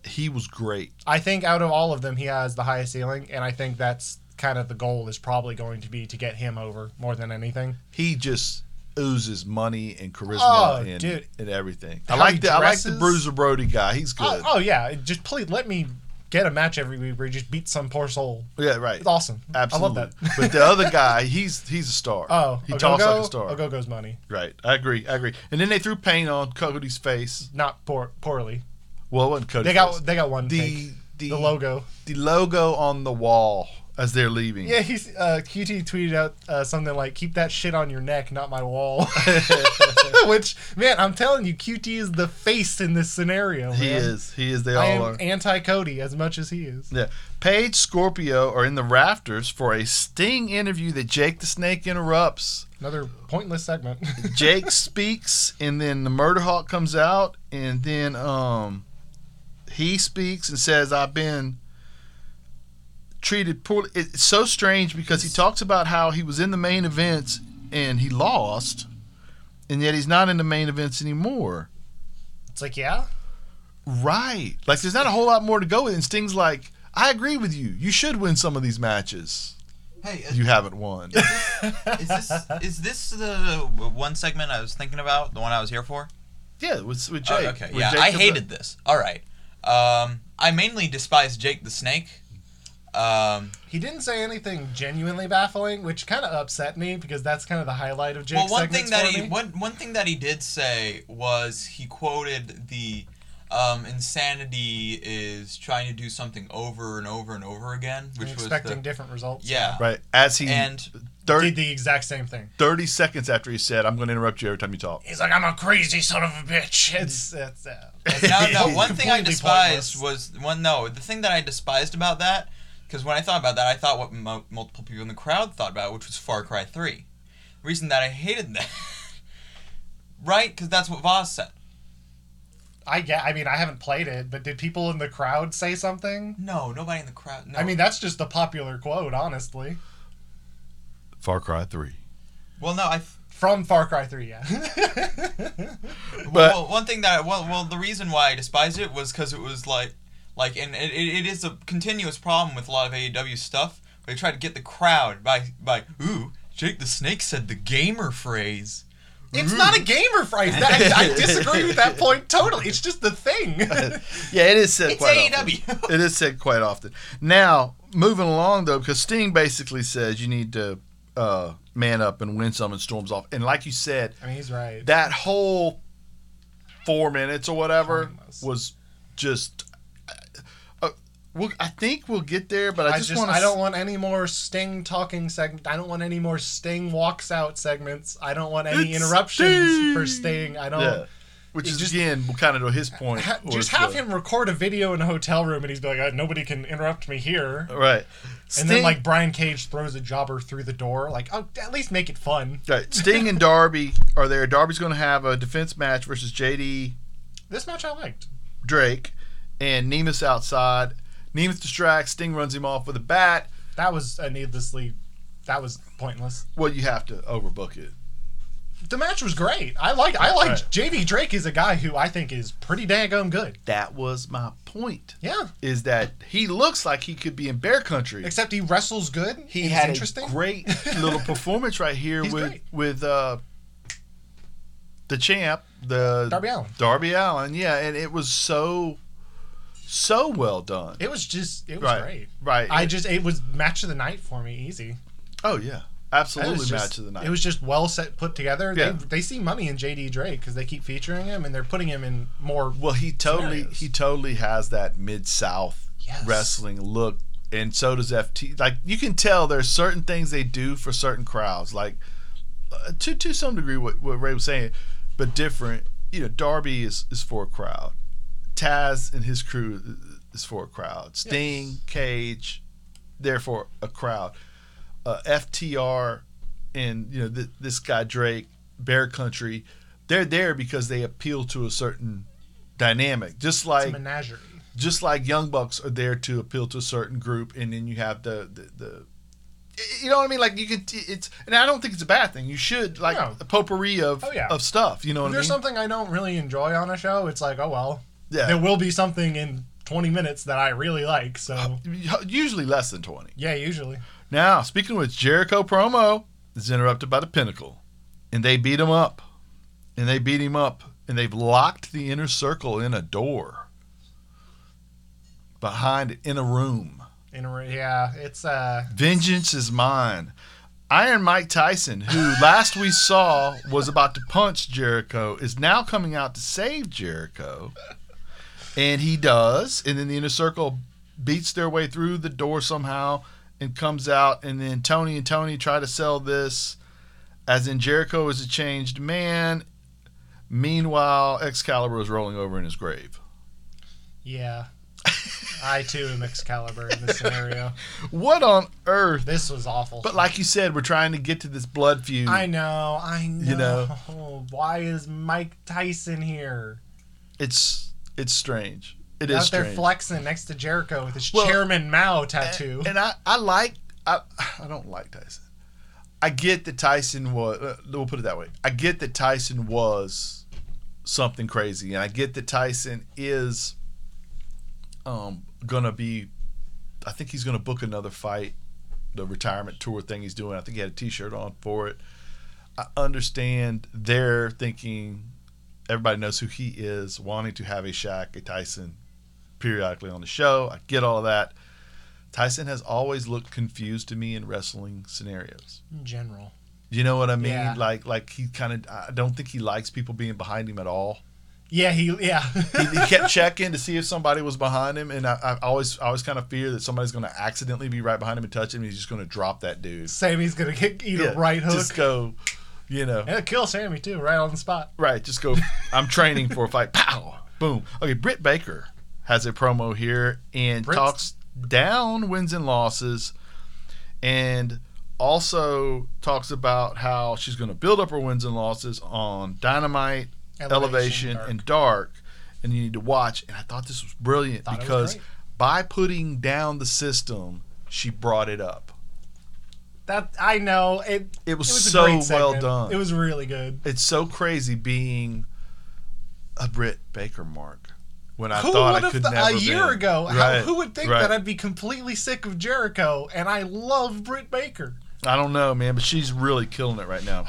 Speaker 1: He was great.
Speaker 2: I think out of all of them, he has the highest ceiling, and I think that's kind of the goal is probably going to be to get him over more than anything.
Speaker 1: he just oozes money and charisma
Speaker 2: Oh,
Speaker 1: and,
Speaker 2: dude.
Speaker 1: and everything.
Speaker 2: How
Speaker 1: I like
Speaker 2: he
Speaker 1: the I like the
Speaker 2: dresses.
Speaker 1: Bruiser Brody guy. He's
Speaker 2: Oh,
Speaker 1: good.
Speaker 2: oh yeah, It- just please let me get a match every week where he just beat some poor soul.
Speaker 1: yeah, right.
Speaker 2: It's awesome.
Speaker 1: Absolutely.
Speaker 2: I love that.
Speaker 1: but the other guy, he's he's a star.
Speaker 2: Oh,
Speaker 1: he
Speaker 2: Ogogo,
Speaker 1: talks like a star.
Speaker 2: Ogogo's money,
Speaker 1: Right. I agree. I agree. And then they threw paint on Cody's face.
Speaker 2: not poor, poorly.
Speaker 1: Well, it wasn't Cody's
Speaker 2: They
Speaker 1: face.
Speaker 2: got they got one.
Speaker 1: the
Speaker 2: take.
Speaker 1: the,
Speaker 2: the logo.
Speaker 1: the logo on the wall as they're leaving.
Speaker 2: Yeah, he's uh, QT tweeted out uh, something like "Keep that shit on your neck, not my wall." Which man, I'm telling you, QT is the face in this scenario.
Speaker 1: He
Speaker 2: man.
Speaker 1: is. He is. They
Speaker 2: I
Speaker 1: all
Speaker 2: am
Speaker 1: are.
Speaker 2: anti Cody as much as he is.
Speaker 1: Yeah. Paige Scorpio are in the rafters for a sting interview that Jake the Snake interrupts.
Speaker 2: Another pointless segment.
Speaker 1: Jake speaks, and then the Murder Hawk comes out, and then um, he speaks and says, "I've been treated poorly." It's so strange because he talks about how he was in the main events and he lost, and yet he's not in the main events anymore.
Speaker 2: it's like, yeah,
Speaker 1: Right? Like, there's not a whole lot more to go with. And Sting's like, "I agree with you. You should win some of these matches.
Speaker 3: Hey,
Speaker 1: You haven't won."
Speaker 3: is this is this the one segment I was thinking about? The one I was here for?
Speaker 1: yeah, with, with
Speaker 3: Oh,
Speaker 1: Jake.
Speaker 3: okay.
Speaker 1: With uh,
Speaker 3: Yeah,
Speaker 1: Jake
Speaker 3: I
Speaker 1: the-
Speaker 3: hated this. All right. Um, I mainly despise Jake the Snake. Um,
Speaker 2: he didn't say anything genuinely baffling, which kind of upset me because that's kind of the highlight of Jake's
Speaker 3: well, one thing
Speaker 2: segments
Speaker 3: that
Speaker 2: for
Speaker 3: he
Speaker 2: me.
Speaker 3: one one thing that he did say was he quoted the um, insanity is trying to do something over and over and over again,
Speaker 2: I'm
Speaker 3: which was
Speaker 2: expecting
Speaker 3: the,
Speaker 2: different results.
Speaker 3: yeah,
Speaker 1: Right as he
Speaker 3: and
Speaker 1: 30,
Speaker 2: did the exact same thing.
Speaker 1: 30 seconds after he said, I'm going to interrupt you every time you talk.
Speaker 2: He's like, I'm a crazy son of a bitch. It's it's. Uh,
Speaker 3: now, now one thing I
Speaker 2: Completely
Speaker 3: despised was one no the thing that I despised about that because when I thought about that I thought what mo- multiple people in the crowd thought about which was Far Cry Three. The reason that I hated that, right? Because that's what Voss said.
Speaker 2: I get. I mean, I haven't played it, but did people in the crowd say something?
Speaker 3: No, nobody in the crowd. No.
Speaker 2: I mean, that's just a popular quote, honestly,
Speaker 1: Far Cry 3.
Speaker 3: well, no, I. f-
Speaker 2: from Far Cry Three. Yeah.
Speaker 1: But-
Speaker 3: well, one thing that I, well, well, the reason why I despised it was because it was like, like, and it, it, it is a continuous problem with a lot of AEW stuff They tried to get the crowd by by ooh, Jake the Snake said the gamer phrase.
Speaker 2: It's
Speaker 3: Ooh.
Speaker 2: not a gamer phrase. That, I, I disagree with that point totally. It's just the thing.
Speaker 1: yeah, it is said
Speaker 3: It's
Speaker 2: E
Speaker 1: quite
Speaker 3: AEW.
Speaker 1: often. It is said quite often. Now, moving along though, because Sting basically says you need to uh, man up and win some and storms off. And like you said,
Speaker 2: I mean, he's right.
Speaker 1: that whole four minutes or whatever
Speaker 2: Pointless.
Speaker 1: was just. Uh, we'll, I think we'll get there, but I
Speaker 2: I
Speaker 1: just,
Speaker 2: just,
Speaker 1: want to.
Speaker 2: I don't want any more Sting talking segment. I don't want any more Sting walks out segments. I don't want any
Speaker 1: It's
Speaker 2: interruptions
Speaker 1: Sting!
Speaker 2: for Sting. I don't.
Speaker 1: Yeah. Which
Speaker 2: It
Speaker 1: is
Speaker 2: just-
Speaker 1: again kind of to his point.
Speaker 2: Ha-
Speaker 1: was
Speaker 2: just have
Speaker 1: the-
Speaker 2: him record a video in a hotel room, and he's be like, "Uh, "Nobody can interrupt me here."
Speaker 1: right.
Speaker 2: And then like Brian Cage throws a jobber through the door. Like, oh, at least make it fun.
Speaker 1: Right. Sting and Darby are there. Darby's going to have a defense match versus JD
Speaker 2: This match I liked.
Speaker 1: Drake, and Nemus outside. Nemus distracts. Sting runs him off with a bat.
Speaker 2: That was a needlessly. That was pointless.
Speaker 1: Well, you have to overbook it.
Speaker 2: The match was great. I liked. I liked.
Speaker 1: Right.
Speaker 2: JD Drake is a guy who I think is pretty daggone good.
Speaker 1: That was my point.
Speaker 2: Yeah.
Speaker 1: Is that he looks like he could be in bear country.
Speaker 2: Except he wrestles good.
Speaker 1: He
Speaker 2: and
Speaker 1: had
Speaker 2: it's interesting.
Speaker 1: a great little performance right here
Speaker 2: He's
Speaker 1: with
Speaker 2: great.
Speaker 1: with uh, the champ, the
Speaker 2: Darby Allin.
Speaker 1: Darby Allen. Yeah, and it was so so well done.
Speaker 2: It was just. It was
Speaker 1: right,
Speaker 2: great.
Speaker 1: right.
Speaker 2: I just. It was match of the night for me. Easy.
Speaker 1: oh yeah,
Speaker 2: That
Speaker 1: absolutely
Speaker 2: was just-
Speaker 1: match of the night.
Speaker 2: It was just well set, put together.
Speaker 1: Yeah.
Speaker 2: They, they see money in JD Drake because they keep featuring him and they're putting him in more.
Speaker 1: Well, he totally
Speaker 2: Scenarios.
Speaker 1: he totally has that mid south
Speaker 2: Yes.
Speaker 1: wrestling look, and so does FT. Like you can tell, there's certain things they do for certain crowds, like uh, to to some degree what, what Ray was saying, but different. You know, Darby is is for a crowd. Taz and his crew uh, is for a crowd. Sting, Cage, they're for a crowd. Uh, FTR and you know th- this guy Drake, Bear Country, they're there because they appeal to a certain dynamic. Just
Speaker 2: It's a
Speaker 1: like
Speaker 2: menagerie.
Speaker 1: just like Young Bucks are there to appeal to a certain group, and then you have the the. the you know what I mean? Like you can, t- it's, and I don't think it's a bad thing. You should like
Speaker 2: No.
Speaker 1: a potpourri of
Speaker 2: Oh, yeah.
Speaker 1: of stuff. You know what I
Speaker 2: If
Speaker 1: mean?
Speaker 2: there's something I don't really enjoy on a show, it's like, oh well,
Speaker 1: yeah.
Speaker 2: there will be something in 20 minutes that I really like. So
Speaker 1: Usually less than twenty.
Speaker 2: yeah, usually.
Speaker 1: Now speaking with Jericho promo is interrupted by the Pinnacle, and they beat him up, and they beat him up, and they've locked the inner circle in a door behind it in a room.
Speaker 2: In a, yeah, it's uh,
Speaker 1: Vengeance is mine. Iron Mike Tyson, who last we saw was about to punch Jericho, is now coming out to save Jericho. And he does. And then the inner circle beats their way through the door somehow and comes out. And then Tony and Tony try to sell this as in Jericho is a changed man. Meanwhile, Excalibur is rolling over in his grave.
Speaker 2: yeah. I too am Excalibur in this scenario.
Speaker 1: What on earth?
Speaker 2: This was awful.
Speaker 1: But like you said, we're trying to get to this blood feud.
Speaker 2: I know, I know.
Speaker 1: You
Speaker 2: Why is Mike Tyson here?
Speaker 1: It's it's strange. It is
Speaker 2: out there
Speaker 1: strange.
Speaker 2: flexing next to Jericho with his
Speaker 1: Well, eh.
Speaker 2: Chairman Mao tattoo.
Speaker 1: And I I like I I don't like Tyson. I get that Tyson was. uh, We'll put it that way. I get that Tyson was something crazy, and I get that Tyson is um gonna be. I think he's gonna book another fight, the retirement tour thing he's doing. I think he had a T-shirt on for it. I understand they're thinking. Everybody knows who he is, wanting to have a Shaq, a Tyson, periodically on the show. I get all that. Tyson has always looked confused to me in wrestling scenarios.
Speaker 2: in general.
Speaker 1: You know what I mean?
Speaker 2: Yeah.
Speaker 1: Like like he kind of I don't think he likes people being behind him at all.
Speaker 2: Yeah, he yeah.
Speaker 1: He, he kept checking to see if somebody was behind him, and I, I always I always kind of fear that somebody's going to accidentally be right behind him and touch him. and He's just going to drop that dude.
Speaker 2: Sammy's gonna kick eat a right hook.
Speaker 1: Just go, you know.
Speaker 2: It'll kill Sammy too, right on the spot.
Speaker 1: Right, just go. I'm training for a fight. Pow, boom. Okay, Britt Baker has a promo here and
Speaker 2: Britt's-
Speaker 1: talks down wins and losses, and also talks about how she's going to build up her wins and losses on Dynamite, Elevation,
Speaker 2: dark.
Speaker 1: and Dark, and you need to watch. And I thought this was brilliant
Speaker 2: Thought it
Speaker 1: because
Speaker 2: was great.
Speaker 1: by putting down the system, she brought it up.
Speaker 2: that I know it.
Speaker 1: It was,
Speaker 2: it was a
Speaker 1: so
Speaker 2: great segment.
Speaker 1: well done.
Speaker 2: It was really good.
Speaker 1: it's so crazy being a Britt Baker mark. when I
Speaker 2: who
Speaker 1: thought
Speaker 2: would
Speaker 1: I
Speaker 2: have
Speaker 1: could
Speaker 2: th-
Speaker 1: never
Speaker 2: a year
Speaker 1: been.
Speaker 2: ago? how-
Speaker 1: Right,
Speaker 2: who would think
Speaker 1: right.
Speaker 2: that I'd be completely sick of Jericho? And I love Britt Baker.
Speaker 1: I don't know, man, but she's really killing it right now.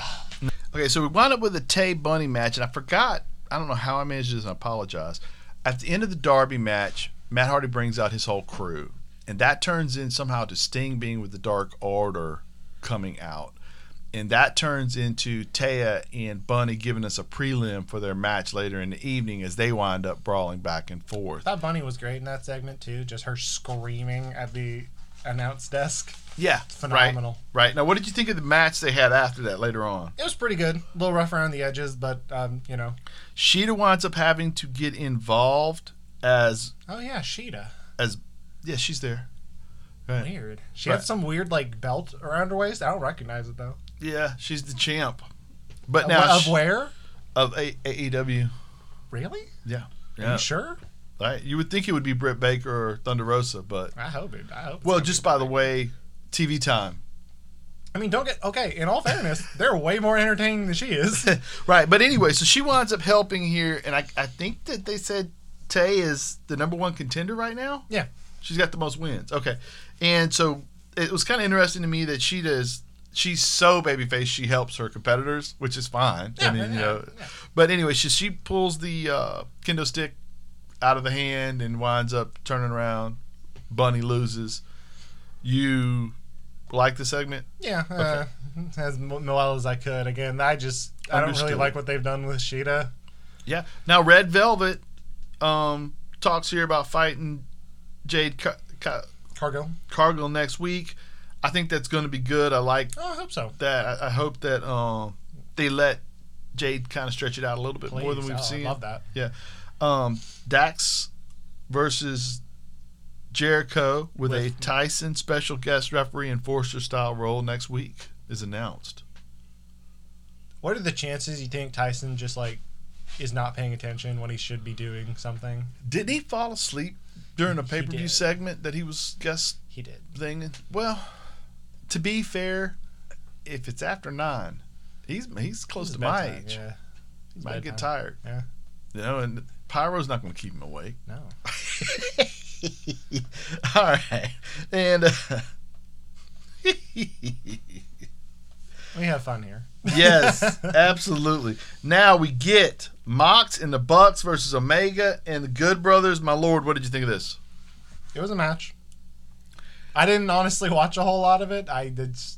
Speaker 1: Okay, so we wound up with a Tay Bunny match, and I forgot. I don't know how I managed this, and I apologize. At the end of the Darby match, Matt Hardy brings out his whole crew, and that turns in somehow to Sting being with the Dark Order coming out. And that turns into Taya and Bunny giving us a prelim for their match later in the evening as they wind up brawling back and forth.
Speaker 2: Thought Bunny was great in that segment too. Just her screaming at the announce desk.
Speaker 1: Yeah,
Speaker 2: Phenomenal.
Speaker 1: Right, right. Now, what did you think of the match they had after that later on?
Speaker 2: It was pretty good. A little rough around the edges, but um, you know.
Speaker 1: Sheeta winds up having to get involved as
Speaker 2: Oh yeah, Sheeta.
Speaker 1: as yeah, she's there.
Speaker 2: Weird. She
Speaker 1: Right.
Speaker 2: had some weird like belt around her waist. I don't recognize it though.
Speaker 1: Yeah, she's the champ. But
Speaker 2: Of-
Speaker 1: now
Speaker 2: of
Speaker 1: she-
Speaker 2: where?
Speaker 1: of A- AEW.
Speaker 2: Really? Are
Speaker 1: Yeah.
Speaker 2: you sure?
Speaker 1: Right. You would think it would be Britt Baker or Thunder Rosa, but
Speaker 2: I hope it. I hope. it's
Speaker 1: well,
Speaker 2: gonna
Speaker 1: just
Speaker 2: be-
Speaker 1: by the way, TV time.
Speaker 2: I mean, don't get okay. In all fairness, they're way more entertaining than she is.
Speaker 1: Right. But anyway, so she winds up helping here, and I I think that they said Tay is the number one contender right now.
Speaker 2: Yeah.
Speaker 1: She's got the most wins. Okay. And so it was kind of interesting to me that she does. She's so babyface. She helps her competitors, which is fine. I
Speaker 2: Yeah,
Speaker 1: mean, you
Speaker 2: yeah,
Speaker 1: know.
Speaker 2: yeah.
Speaker 1: But anyway, she she pulls the uh, kendo stick out of the hand and winds up turning around. Bunny loses. You like the segment?
Speaker 2: Yeah, uh, as mo- well as I could. Again, I just I don't really
Speaker 1: Understood.
Speaker 2: like what they've done with Sheeta.
Speaker 1: Yeah. Now Red Velvet um, talks here about fighting Jade Car- Car-
Speaker 2: Cargo.
Speaker 1: Cargill next week. I think that's going to be good. I like
Speaker 2: Oh, I hope so.
Speaker 1: that. I, I hope that um, they let Jade kind of stretch it out a little bit
Speaker 2: Please.
Speaker 1: more than we've
Speaker 2: oh,
Speaker 1: seen.
Speaker 2: I love that.
Speaker 1: Um, Dax versus Jericho with, a
Speaker 2: With-
Speaker 1: Tyson special guest referee enforcer style role next week is announced.
Speaker 2: What are the chances you think Tyson just like is not paying attention when he should be doing something?
Speaker 1: Didn't he fall asleep during a pay per view
Speaker 2: did.
Speaker 1: segment that he was guest
Speaker 2: He did.
Speaker 1: thing? Well, to be fair, if it's after nine, he's he's close to my
Speaker 2: Bedtime,
Speaker 1: age.
Speaker 2: Yeah.
Speaker 1: He might get
Speaker 2: bedtime.
Speaker 1: tired.
Speaker 2: Yeah.
Speaker 1: You know, and Pyro's not going to keep him awake.
Speaker 2: No.
Speaker 1: All right. And uh,
Speaker 2: We have fun here.
Speaker 1: yes, absolutely. Now we get Mox and the Bucks versus Omega and the Good Brothers. My lord, what did you think of this?
Speaker 2: It was a match. I didn't honestly watch a whole lot of it. I did. s-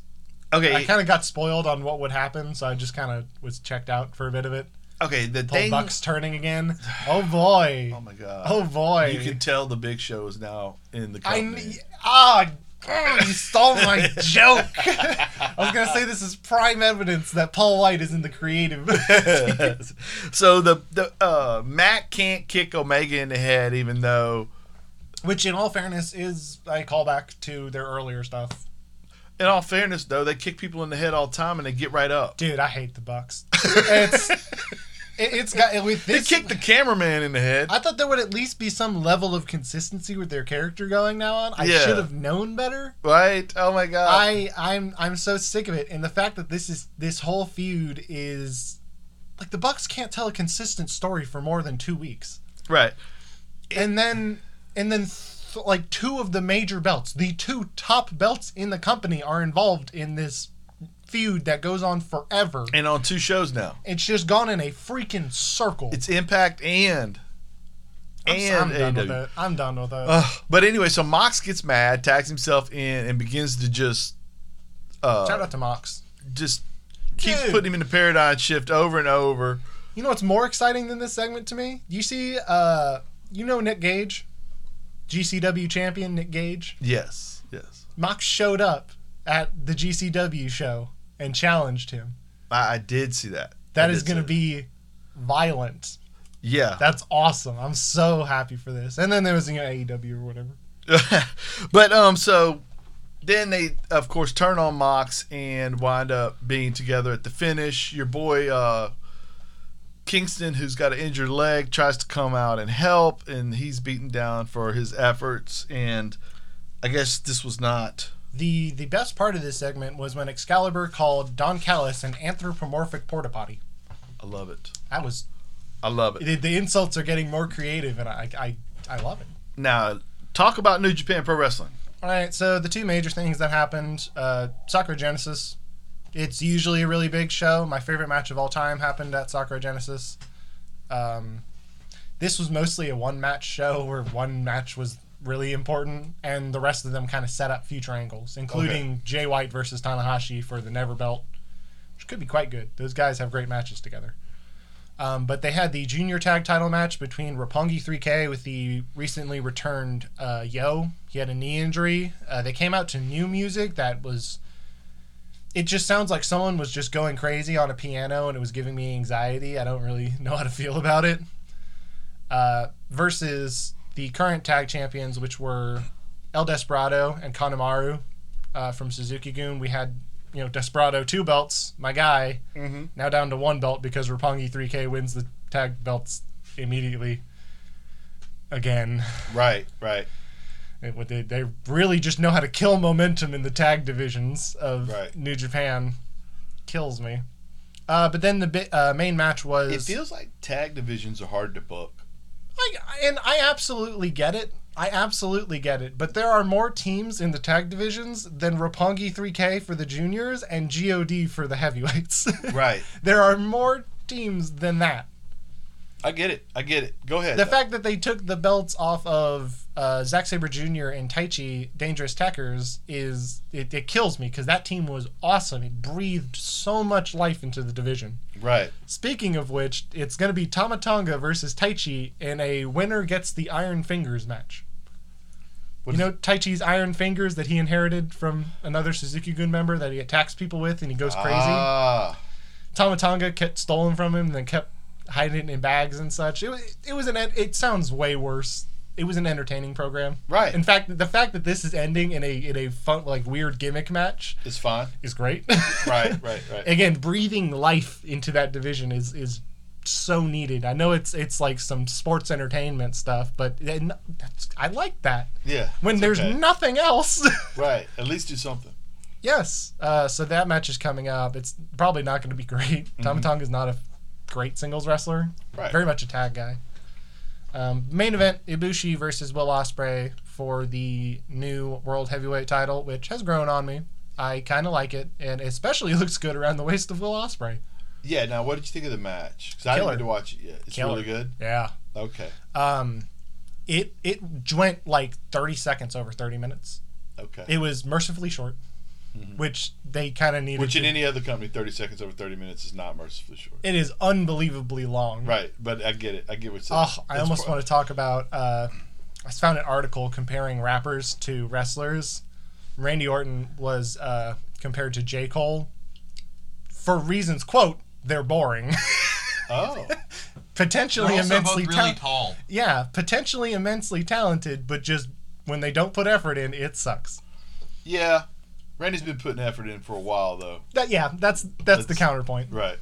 Speaker 2: I
Speaker 1: Okay,
Speaker 2: kind of got spoiled on what would happen, so I just kind of was checked out for a bit of it.
Speaker 1: okay, the
Speaker 2: Paul
Speaker 1: thing
Speaker 2: Buck's turning again. Oh boy.
Speaker 1: Oh my god.
Speaker 2: Oh boy.
Speaker 1: You can tell the big show is now in the
Speaker 2: I
Speaker 1: company.
Speaker 2: kn- ah. grr, You stole my joke. I was gonna say this is prime evidence that Paul White is in the creative.
Speaker 1: so the the uh Matt can't kick Omega in the head even though
Speaker 2: Which, in all fairness, is a callback to their earlier stuff.
Speaker 1: in all fairness though, they kick people in the head all the time and they get right up.
Speaker 2: Dude, I hate the Bucks. It's it, it's got with
Speaker 1: They
Speaker 2: this.
Speaker 1: kicked the cameraman in the head.
Speaker 2: I thought there would at least be some level of consistency with their character going now on. I
Speaker 1: Yeah.
Speaker 2: should have known better.
Speaker 1: Right? Oh my god.
Speaker 2: I I'm I'm so sick of it, and the fact that this is this whole feud is like the Bucks can't tell a consistent story for more than two weeks,
Speaker 1: right.
Speaker 2: and then and then th- like two of the major belts, the two top belts in the company, are involved in this feud that goes on forever.
Speaker 1: And on two shows now.
Speaker 2: It's just gone in a freaking circle.
Speaker 1: It's Impact and
Speaker 2: I'm, so- I'm
Speaker 1: and Uh,
Speaker 2: done with
Speaker 1: AEW.
Speaker 2: it. I'm done with it.
Speaker 1: Ugh. but anyway, so Mox gets mad, tags himself in, and begins to just
Speaker 2: Shout
Speaker 1: uh,
Speaker 2: out to Mox.
Speaker 1: just keep
Speaker 2: Dude.
Speaker 1: putting him in the paradigm shift over and over.
Speaker 2: You know what's more exciting than this segment to me? You see, uh, you know Nick Gage, GCW champion Nick Gage.
Speaker 1: Yes, yes,
Speaker 2: Mox showed up at the GCW show and challenged him.
Speaker 1: I, I did see that.
Speaker 2: That
Speaker 1: I
Speaker 2: is
Speaker 1: did
Speaker 2: going to
Speaker 1: see that.
Speaker 2: be violent.
Speaker 1: yeah.
Speaker 2: That's awesome. I'm so happy for this. And then there was you know, AEW or whatever.
Speaker 1: but um, so then they of course turn on Mox and wind up being together at the finish. Your boy uh, Kingston, who's got an injured leg, tries to come out and help, and he's beaten down for his efforts. And I guess this was not
Speaker 2: The the best part of this segment was when Excalibur called Don Callis an anthropomorphic porta potty.
Speaker 1: I love it.
Speaker 2: That was
Speaker 1: I I love it.
Speaker 2: The, the insults are getting more creative, and I, I, I love it.
Speaker 1: Now, talk about New Japan Pro Wrestling.
Speaker 2: All right, so the two major things that happened uh, Sakura Genesis. It's usually a really big show. My favorite match of all time happened at Sakura Genesis. Um, this was mostly a one match show where one match was really important, and the rest of them kind of set up future angles, including Jay White versus Tanahashi for the Never Belt, which could be quite good. Those guys have great matches together. Um, but they had the junior tag title match between Rapongi 3K with the recently returned uh, Yo. He had a knee injury. Uh, they came out to new music that was. It just sounds like someone was just going crazy on a piano and it was giving me anxiety. I don't really know how to feel about it. Uh, versus the current tag champions, which were El Desperado and Kanemaru uh, from Suzuki Goon. We had, you know, Desperado two belts, my guy
Speaker 1: Mm-hmm.
Speaker 2: now down to one belt because Rapongi 3K wins the tag belts immediately. Again,
Speaker 1: Right, right,
Speaker 2: It- what they, they really just know how to kill momentum in the tag divisions of
Speaker 1: Right.
Speaker 2: New Japan. Kills me. Uh, but then the bi- uh, main match was.
Speaker 1: It feels like tag divisions are hard to book.
Speaker 2: I, and I absolutely get it. I absolutely get it. But there are more teams in the tag divisions than Rapongi 3K for the juniors and GOD for the heavyweights.
Speaker 1: Right.
Speaker 2: there are more teams than that.
Speaker 1: I get it. I get it. Go ahead.
Speaker 2: the
Speaker 1: though.
Speaker 2: fact that they took the belts off of uh, Zack Saber Jr. and Taichi Dangerous Tackers is it, it kills me because that team was awesome. It breathed so much life into the division.
Speaker 1: right.
Speaker 2: Speaking of which, it's going to be Tamatonga versus Taichi, and a winner gets the Iron Fingers match.
Speaker 1: What
Speaker 2: you
Speaker 1: is-
Speaker 2: know Taichi's Iron Fingers that he inherited from another Suzuki Gun member that he attacks people with and he goes crazy.
Speaker 1: Ah,
Speaker 2: Tomatonga kept stolen from him and then kept hiding it in bags and such. It, wa- it was an en- it sounds way worse. It was an entertaining program.
Speaker 1: right.
Speaker 2: In fact, the fact that this is ending in a in a fun like weird gimmick match
Speaker 1: it's fine.
Speaker 2: is great.
Speaker 1: Right, right, right.
Speaker 2: Again, breathing life into that division is is so needed. I know it's it's like some sports entertainment stuff, but it, that's, I like that
Speaker 1: Yeah.
Speaker 2: when
Speaker 1: it's
Speaker 2: there's
Speaker 1: okay.
Speaker 2: nothing else.
Speaker 1: right. At least do something.
Speaker 2: Yes. Uh, so that match is coming up. It's probably not going to be great. Tamatonga is not a great singles wrestler.
Speaker 1: Mm-hmm. Right.
Speaker 2: Very much a tag guy. Um, main event: Ibushi versus Will Ospreay for the new World Heavyweight Title, which has grown on me. I kind of like it, and especially looks good around the waist of Will Ospreay.
Speaker 1: Yeah. Now, what did you think of the match? Because I didn't
Speaker 2: Killer.
Speaker 1: get to watch it yet. It's
Speaker 2: Killer.
Speaker 1: really good.
Speaker 2: Yeah.
Speaker 1: Okay.
Speaker 2: Um, it it went like thirty seconds over thirty minutes.
Speaker 1: Okay.
Speaker 2: It was mercifully short, which they kind of needed.
Speaker 1: Mm-hmm. Which in
Speaker 2: to-
Speaker 1: any other company, thirty seconds over thirty minutes is not mercifully short.
Speaker 2: it is unbelievably long.
Speaker 1: Right, but I get it. I get what you're saying.
Speaker 2: Oh, I almost want to talk about. Uh, I found an article comparing rappers to wrestlers. Randy Orton was uh, compared to J. Cole for reasons, quote, they're boring.
Speaker 1: Oh,
Speaker 2: potentially
Speaker 3: They're also both
Speaker 2: immensely
Speaker 3: really
Speaker 2: talented.
Speaker 3: tall.
Speaker 2: yeah, potentially immensely talented, but just when they don't put effort in, it sucks.
Speaker 1: yeah. Randy's been putting effort in for a while though.
Speaker 2: That, yeah, that's that's the
Speaker 1: That's-
Speaker 2: counterpoint.
Speaker 1: Right,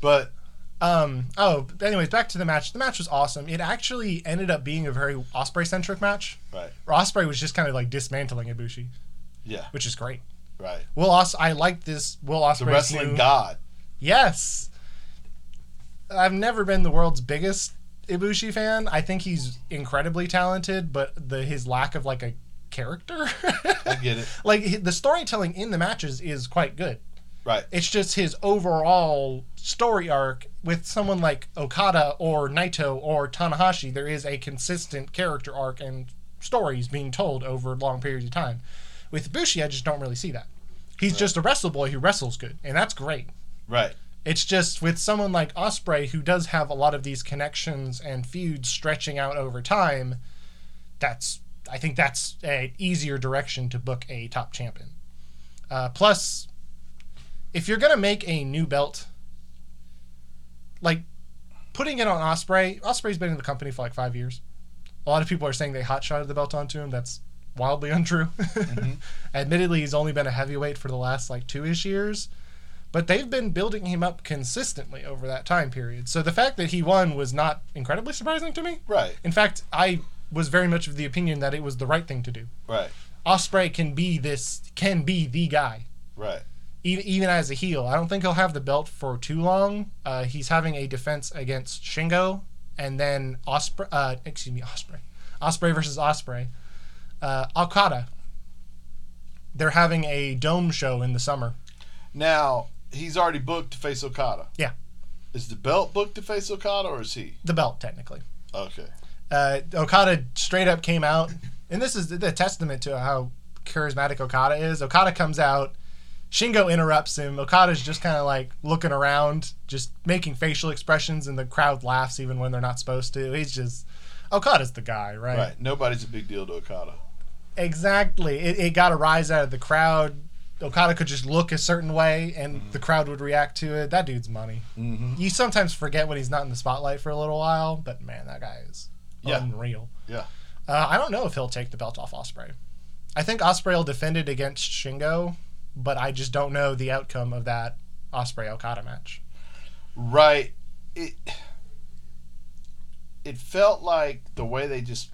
Speaker 1: but
Speaker 2: Um. Oh, but anyways, back to the match. The match was awesome. It actually ended up being a very Osprey centric match.
Speaker 1: right,
Speaker 2: Osprey was just kind of like dismantling Ibushi,
Speaker 1: yeah,
Speaker 2: which is great.
Speaker 1: right.
Speaker 2: Will Os- I like this Will
Speaker 1: The
Speaker 2: Osprey.
Speaker 1: wrestling god.
Speaker 2: Yes. I've never been the world's biggest Ibushi fan. I think he's incredibly talented, but the his lack of like a character,
Speaker 1: I get it.
Speaker 2: like he- the storytelling in the matches is quite good.
Speaker 1: Right,
Speaker 2: It's just his overall story arc with someone like Okada or Naito or Tanahashi, there is a consistent character arc and stories being told over long periods of time. With Bushi, I just don't really see that. He's just a wrestle boy who wrestles good, and that's great.
Speaker 1: right,
Speaker 2: It's just with someone like Osprey who does have a lot of these connections and feuds stretching out over time, that's I think that's an easier direction to book a top champion. Uh, plus, if you're gonna make a new belt, like putting it on Osprey, Osprey's been in the company for like five years. A lot of people are saying they hotshotted the belt onto him. That's wildly untrue. Admittedly, he's only been a heavyweight for the last like two ish years, but they've been building him up consistently over that time period. So the fact that he won was not incredibly surprising to me.
Speaker 1: right,
Speaker 2: In fact, I was very much of the opinion that it was the right thing to do.
Speaker 1: right,
Speaker 2: Osprey can be this can be the guy.
Speaker 1: right.
Speaker 2: even, even as a heel. I don't think he'll have the belt for too long. Uh, he's having a defense against Shingo, and then Osprey. Uh, excuse me, Osprey. Osprey versus Osprey. Uh, Okada. They're having a dome show in the summer.
Speaker 1: Now he's already booked to face Okada.
Speaker 2: Yeah.
Speaker 1: Is the belt booked to face Okada or is he?
Speaker 2: The belt, technically.
Speaker 1: Okay.
Speaker 2: uh, Okada straight up came out, and this is the testament to how charismatic Okada is. Okada comes out, Shingo interrupts him. Okada's just kind of like looking around, just making facial expressions, and the crowd laughs even when they're not supposed to. He's just Okada's the guy, right?
Speaker 1: Right. Nobody's a big deal to Okada.
Speaker 2: Exactly. It, it got a rise out of the crowd. Okada could just look a certain way, and the crowd would react to it. That dude's money.
Speaker 1: Mm-hmm.
Speaker 2: You sometimes forget when he's not in the spotlight for a little while, but man, that guy is
Speaker 1: Yeah.
Speaker 2: unreal.
Speaker 1: Yeah.
Speaker 2: Uh, I don't know if he'll take the belt off Osprey. I think Osprey will defend it against Shingo, but I just don't know the outcome of that Osprey Okada match.
Speaker 1: Right. It. It felt like the way they just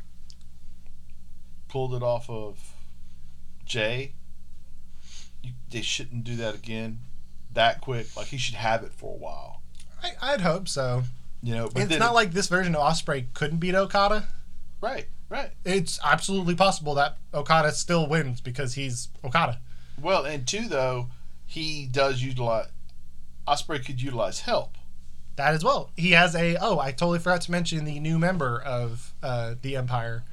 Speaker 1: pulled it off of Jay. You, they shouldn't do that again, that quick. Like he should have it for a while.
Speaker 2: I, I'd hope so.
Speaker 1: You know. But
Speaker 2: it's
Speaker 1: then
Speaker 2: not
Speaker 1: it-
Speaker 2: like this version of Osprey couldn't beat Okada.
Speaker 1: right. Right.
Speaker 2: It's absolutely possible that Okada still wins because he's Okada.
Speaker 1: Well, and two though, he does utilize. Osprey could utilize help.
Speaker 2: That as well. He has a oh, I totally forgot to mention the new member of uh, the Empire,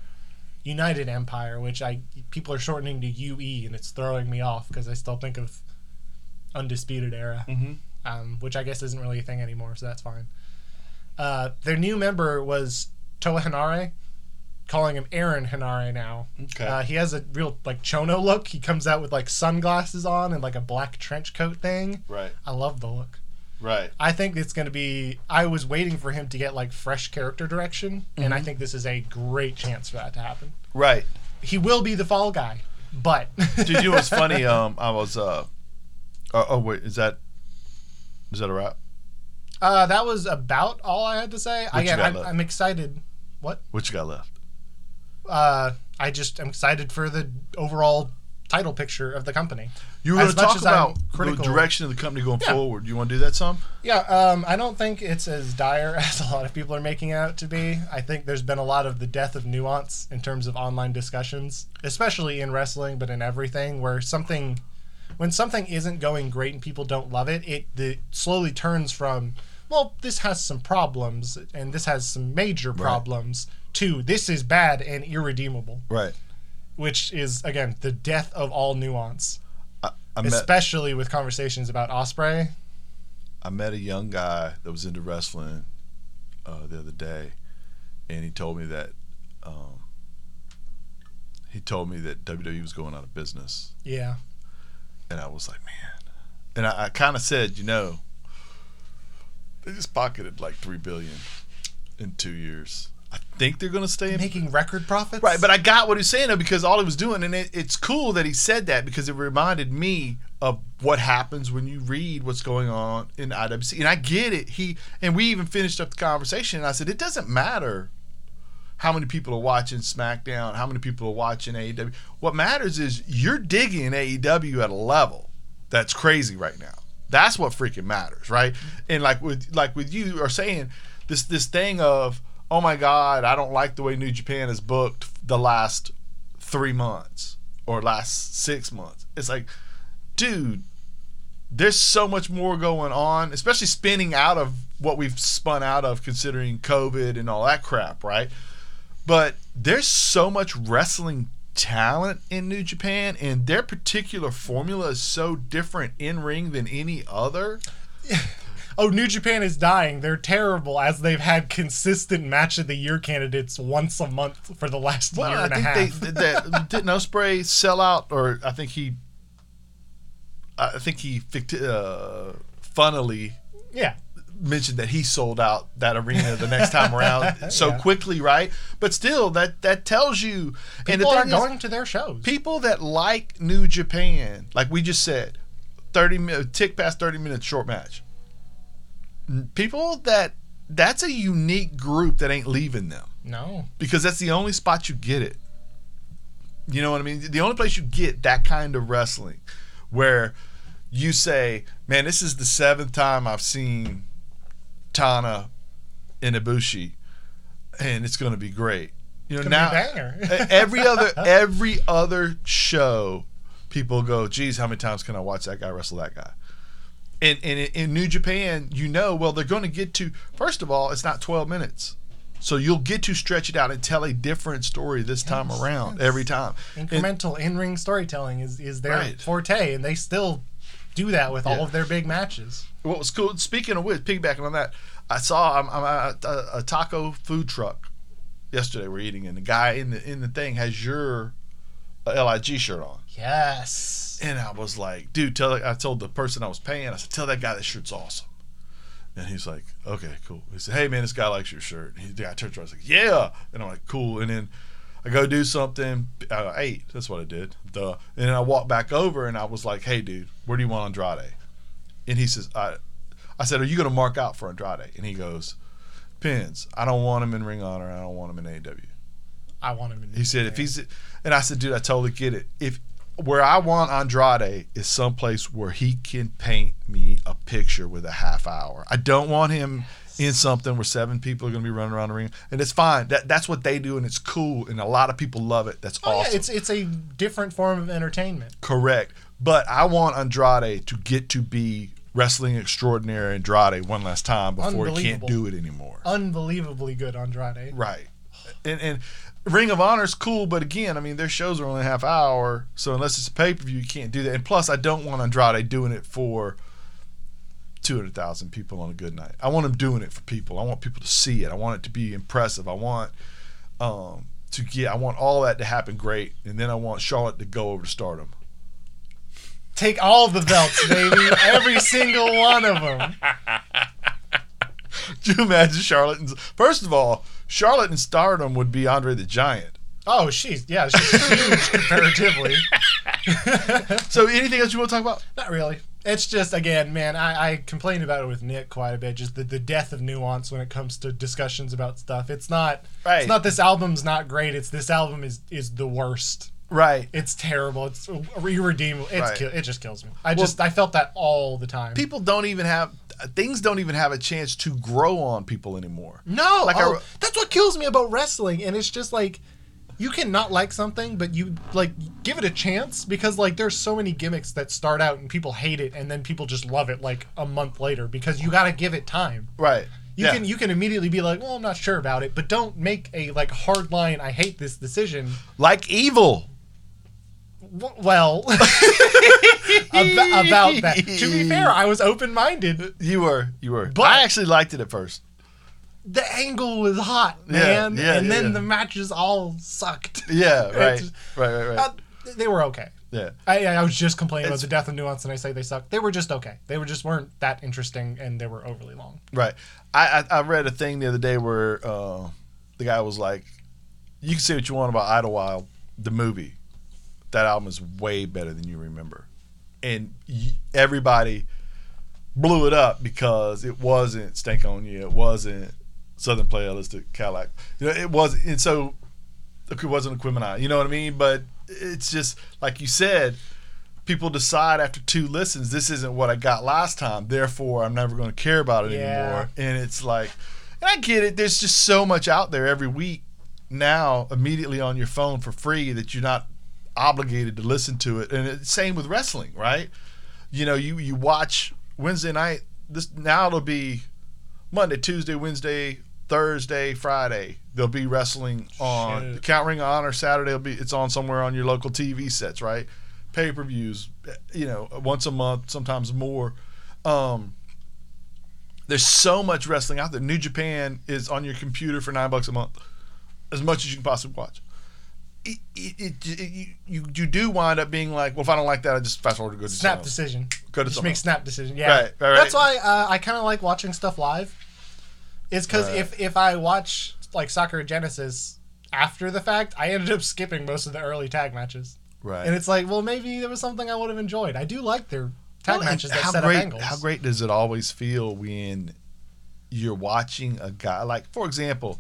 Speaker 2: United Empire, which I people are shortening to UE, and it's throwing me off because I still think of Undisputed Era,
Speaker 1: Mm-hmm.
Speaker 2: um, which I guess isn't really a thing anymore, so that's fine. Uh, their new member was Toa Hanare, calling him Aaron Hanare now.
Speaker 1: Okay.
Speaker 2: Uh, he has a real like Chono look. He comes out with like sunglasses on and like a black trench coat thing.
Speaker 1: right.
Speaker 2: I love the look.
Speaker 1: Right.
Speaker 2: I think it's going to be. I was waiting for him to get like fresh character direction, and
Speaker 1: Mm-hmm.
Speaker 2: I think this is a great chance for that to happen.
Speaker 1: Right.
Speaker 2: He will be the fall guy, but
Speaker 1: Dude, you know what's funny? Um, I was uh, oh, oh wait, is that is that a wrap?
Speaker 2: uh, that was about all I had to say.
Speaker 1: you
Speaker 2: Again,
Speaker 1: got
Speaker 2: I'm,
Speaker 1: left?
Speaker 2: I'm excited.
Speaker 1: What you got left?
Speaker 2: Uh, I just am excited for the overall title picture of the company.
Speaker 1: You were
Speaker 2: As
Speaker 1: going to
Speaker 2: much
Speaker 1: talk
Speaker 2: as I'm
Speaker 1: about
Speaker 2: critical-
Speaker 1: the direction of the company going
Speaker 2: Yeah.
Speaker 1: forward. You want to do that some?
Speaker 2: Yeah, um, I don't think it's as dire as a lot of people are making out to be. I think there's been a lot of the death of nuance in terms of online discussions, especially in wrestling, but in everything, where something, when something isn't going great and people don't love it, it the, slowly turns from, well, this has some problems and this has some major problems, to this is bad and irredeemable,
Speaker 1: Right.
Speaker 2: which is, again, the death of all nuance,
Speaker 1: I, I met
Speaker 2: especially with conversations about Osprey.
Speaker 1: I met a young guy that was into wrestling uh, the other day, and he told me that um, he told me that WWE was going out of business.
Speaker 2: Yeah.
Speaker 1: And I was like, man. And I, I kind of said, you know, they just pocketed like three billion in two years. I think they're gonna stay in.
Speaker 2: Making record profits?
Speaker 1: Right, but I got what he was saying though because all he was doing, and it, it's cool that he said that because it reminded me of what happens when you read what's going on in IWC, and I get it. He and we even finished up the conversation, and I said it doesn't matter how many people are watching SmackDown, how many people are watching AEW. What matters is you're digging AEW at a level that's crazy right now. That's what freaking matters, right? And like with like with you are saying this this thing of oh my god, I don't like the way New Japan is booked the last three months or last six months. It's like, dude, there's so much more going on, especially spinning out of what we've spun out of considering COVID and all that crap, right? But there's so much wrestling talent in New Japan, and their particular formula is so different in ring than any other.
Speaker 2: oh, New Japan is dying. They're terrible as they've had consistent match of the year candidates once a month for the last year
Speaker 1: Well,
Speaker 2: and
Speaker 1: I
Speaker 2: a
Speaker 1: think
Speaker 2: half.
Speaker 1: they that, didn't Osprey sell out, or I think he, I think he ficti- uh, funnily
Speaker 2: yeah.
Speaker 1: mentioned that he sold out that arena the next time around so
Speaker 2: Yeah.
Speaker 1: quickly, right? But still, that that tells you. and the
Speaker 2: People are
Speaker 1: thing is-
Speaker 2: going to their shows.
Speaker 1: people that like New Japan, like we just said, thirty minute tick past thirty minutes short match. People that that's a unique group that ain't leaving them
Speaker 2: no.
Speaker 1: because that's the only spot you get it. You know what I mean? The only place you get that kind of wrestling where you say, "Man, this is the seventh time I've seen Tana in Ibushi, and it's going to be great." You know,
Speaker 2: Could be
Speaker 1: now
Speaker 2: banger.
Speaker 1: every other every other show, people go, "Geez, how many times can I watch that guy wrestle that guy?" And, and in- in New Japan, you know, well, they're going to get to. First of all, it's not twelve minutes, so you'll get to stretch it out and tell a different story this time
Speaker 2: Yes,
Speaker 1: around
Speaker 2: yes.
Speaker 1: every time. And-
Speaker 2: incremental in-ring storytelling is is their
Speaker 1: Right.
Speaker 2: forte, and they still do that with
Speaker 1: Yeah.
Speaker 2: all of their big matches.
Speaker 1: what was cool speaking of which piggybacking on that i saw i'm, I'm at a, a taco food truck yesterday we're eating and the guy in the in the thing has your uh, lig shirt on
Speaker 2: Yes.
Speaker 1: and i was like dude tell i told the person i was paying i said tell that guy that shirt's awesome and he's like okay cool he said hey man this guy likes your shirt and he, the guy turns around i was like yeah and i'm like cool and then I go do something. I ate. That's what I did. Duh. And then I walked back over and I was like, "Hey, dude, where do you want Andrade?" And he says, "I." I said, "Are you going to mark out for Andrade?" And he goes, "Pins. I don't want him in Ring Honor. I don't want him in E AEW."
Speaker 2: I want him. In
Speaker 1: He said, "If he's," and I said, "Dude, I totally get it. If where I want Andrade is someplace where he can paint me a picture with a half hour. I don't want him." In something where seven people are going to be running around the ring, and it's fine. That that's what they do, and it's cool, and a lot of people love it. That's
Speaker 2: oh,
Speaker 1: awesome.
Speaker 2: yeah, it's it's a different form of entertainment.
Speaker 1: Correct. But I want Andrade to get to be wrestling extraordinary Andrade one last time before he can't
Speaker 2: Unbelievable.
Speaker 1: do it anymore.
Speaker 2: Unbelievably good Andrade.
Speaker 1: Right. And and Ring of Honor's cool, but again, I mean their shows are only a half hour, so unless it's a pay per view, you can't do that. And plus, I don't want Andrade doing it for two hundred thousand people on a good night. I want him doing it for people. I want people to see it. I want it to be impressive. I want um, to get. I want all that to happen great, and then I want Charlotte to go over to Stardom.
Speaker 2: Take all the belts, baby. Every single one of them.
Speaker 1: Do you imagine Charlotte? And, first of all, Charlotte and Stardom would be Andre the Giant.
Speaker 2: Oh, she's yeah, she's huge comparatively.
Speaker 1: So anything else you want to talk about?
Speaker 2: Not really. It's just again, man, I, I complained about it with Nick quite a bit, just the, the death of nuance when it comes to discussions about stuff. It's not
Speaker 1: Right.
Speaker 2: it's not this album's not great, it's this album is is the worst.
Speaker 1: Right.
Speaker 2: It's terrible. It's irredeemable. It's
Speaker 1: Right.
Speaker 2: kill, it just kills me. I just I felt that all the time.
Speaker 1: People don't even have things don't even have a chance to grow on people anymore.
Speaker 2: No,
Speaker 1: Like I
Speaker 2: oh,
Speaker 1: re-
Speaker 2: that's what kills me about wrestling, and it's just like you can not like something, but you like give it a chance because like there's so many gimmicks that start out and people hate it, and then people just love it like a month later because you got to give it time.
Speaker 1: Right.
Speaker 2: You
Speaker 1: Yeah.
Speaker 2: can you can immediately be like, well, I'm not sure about it, but don't make a like hard line. I hate this decision.
Speaker 1: like evil.
Speaker 2: W- well, about, about that. To be fair, I was open minded.
Speaker 1: You were. You were.
Speaker 2: But-
Speaker 1: I actually liked it at first.
Speaker 2: The angle was hot,
Speaker 1: Yeah,
Speaker 2: man,
Speaker 1: yeah,
Speaker 2: and
Speaker 1: yeah,
Speaker 2: then
Speaker 1: yeah.
Speaker 2: the matches all sucked.
Speaker 1: Yeah. Right.
Speaker 2: It's-
Speaker 1: right. Right. Right.
Speaker 2: Uh, they were okay.
Speaker 1: yeah.
Speaker 2: I, I was just complaining about
Speaker 1: It's-
Speaker 2: the death of nuance, and I say they suck. They were just okay. They were just weren't that interesting, and they were overly long.
Speaker 1: Right. I, I I read a thing the other day where uh, the guy was like, "You can say what you want about Idlewild, the movie. That album is way better than you remember." And y- everybody blew it up because it wasn't Stank on You, it wasn't Southern Playalistic Cadillac, you know, it was, and so it wasn't Equimini. You know what I mean? But it's just like you said people decide after two listens this isn't what I got last time, therefore I'm never going to care about it
Speaker 2: Yeah.
Speaker 1: anymore. And it's like, and I get it. There's just so much out there every week now, immediately on your phone for free that you're not obligated to listen to it. And it, same with wrestling, right? You know, you you watch Wednesday night. This now it'll be Monday, Tuesday, Wednesday, Thursday, Friday. They'll be wrestling on
Speaker 2: Shit.
Speaker 1: the Count Ring of Honor. Saturday will be it's on somewhere on your local TV sets, right? Pay per views, you know, once a month, sometimes more. Um, there's so much wrestling out there. New Japan is on your computer for nine bucks a month, as much as you can possibly watch. It, it, it, it- you, you you do wind up being like, well, if I don't like that, I just fast forward to go to
Speaker 2: Snap
Speaker 1: something else.
Speaker 2: decision.
Speaker 1: Go to
Speaker 2: just
Speaker 1: someone
Speaker 2: make
Speaker 1: else.
Speaker 2: snap decision. Yeah,
Speaker 1: Right, right, right.
Speaker 2: that's why uh, I kind of like watching stuff live. Is because
Speaker 1: Right.
Speaker 2: if if I watch like Soccer Genesis after the fact, I ended up skipping most of the early tag matches,
Speaker 1: Right.
Speaker 2: and it's like, well, maybe there was something I would have enjoyed. I do like their tag
Speaker 1: Well, and
Speaker 2: matches that
Speaker 1: how
Speaker 2: set
Speaker 1: great,
Speaker 2: up angles.
Speaker 1: How great does it always feel when you're watching a guy like, for example,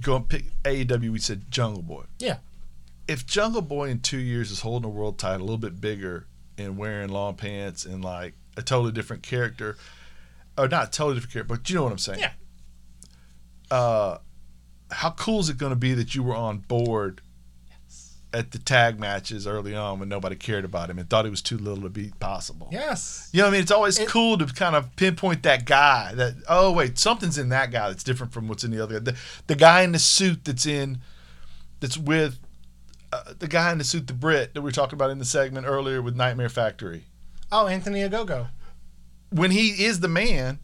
Speaker 1: go and pick AEW. We said Jungle Boy.
Speaker 2: Yeah.
Speaker 1: If Jungle Boy in two years is holding a world title, a little bit bigger, and wearing long pants and like a totally different character, or not totally different character, but you know what I'm saying.
Speaker 2: Yeah.
Speaker 1: Uh, how cool is it going to be that you were on board at the tag matches early on when nobody cared about him and thought he was too little to be possible?
Speaker 2: Yes.
Speaker 1: You know what I mean? It's always
Speaker 2: It-
Speaker 1: cool to kind of pinpoint that guy. That oh wait, something's in that guy that's different from what's in the other guy. The, the guy in the suit that's in, that's with, uh, the guy in the suit, the Brit that we were talking about in the segment earlier with Nightmare Factory.
Speaker 2: Oh, Anthony Agogo.
Speaker 1: When he is the man,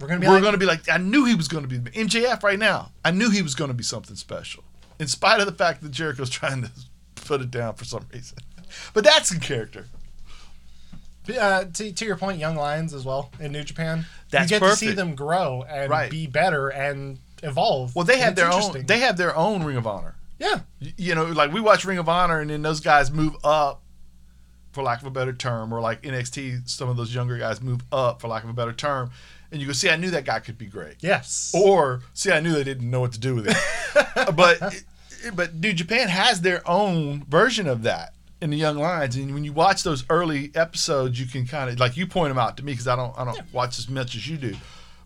Speaker 2: We're gonna be
Speaker 1: we're
Speaker 2: like,
Speaker 1: going to be like, I knew he was going to be the man." MJF right now. I knew he was going to be something special, in spite of the fact that Jericho's trying to put it down for some reason. But that's in character.
Speaker 2: uh, to, to your point, young lions as well in New Japan.
Speaker 1: That's
Speaker 2: you get to see
Speaker 1: perfect.
Speaker 2: them grow and
Speaker 1: Right.
Speaker 2: be better and evolve.
Speaker 1: Well, they
Speaker 2: And
Speaker 1: have
Speaker 2: it's
Speaker 1: their own.
Speaker 2: interesting.
Speaker 1: They have their own Ring of Honor.
Speaker 2: yeah,
Speaker 1: you know, like we watch Ring of Honor, and then those guys move up, for lack of a better term, or like NXT, some of those younger guys move up, for lack of a better term, and you go, see, I knew that guy could be great,
Speaker 2: yes.
Speaker 1: or see, I knew they didn't know what to do with it. but but dude, Japan has their own version of that in the Young Lions, and when you watch those early episodes, you can kind of like you point them out to me because I don't I don't watch as much as you do,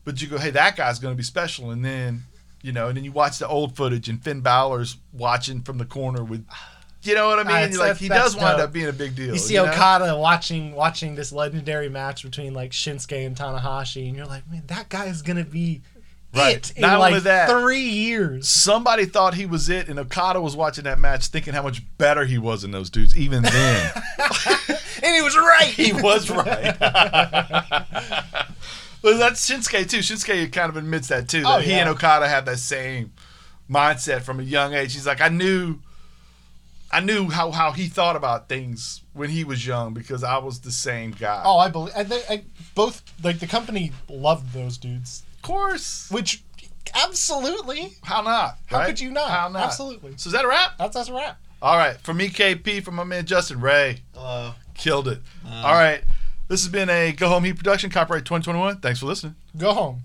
Speaker 1: but you go, hey, that guy's going to be special, and then you know, and then you watch the old footage and Finn Balor's watching from the corner with. You know what I mean?
Speaker 2: Ah, it's-
Speaker 1: You're like he
Speaker 2: that's-
Speaker 1: does
Speaker 2: that's
Speaker 1: wind
Speaker 2: dope.
Speaker 1: up being a big deal.
Speaker 2: you see
Speaker 1: you know?
Speaker 2: Okada watching watching this legendary match between like Shinsuke and Tanahashi, and you're like, man, that guy is gonna be
Speaker 1: Right.
Speaker 2: it in
Speaker 1: Not only
Speaker 2: like
Speaker 1: that-
Speaker 2: three years.
Speaker 1: Somebody thought he was it, and Okada was watching that match, thinking how much better he was than those dudes. Even then,
Speaker 2: And he was right.
Speaker 1: he was right. well, that's Shinsuke too. Shinsuke kind of admits that too. That
Speaker 2: Oh,
Speaker 1: he
Speaker 2: yeah.
Speaker 1: and Okada had that same mindset from a young age. He's like, I knew, I knew how how he thought about things when he was young because I was the same guy.
Speaker 2: Oh, I believe. I, they, I both like the company loved those dudes,
Speaker 1: of course.
Speaker 2: which absolutely.
Speaker 1: How not?
Speaker 2: How
Speaker 1: right?
Speaker 2: could you not?
Speaker 1: How not?
Speaker 2: Absolutely.
Speaker 1: So is that a wrap?
Speaker 2: That's that's a wrap.
Speaker 1: All right. For me, KP. From my man Justin Ray.
Speaker 3: Hello.
Speaker 2: Uh.
Speaker 1: Killed it. All right. This has been a Go Home Heat production, copyright 2021. Thanks for listening.
Speaker 2: Go home.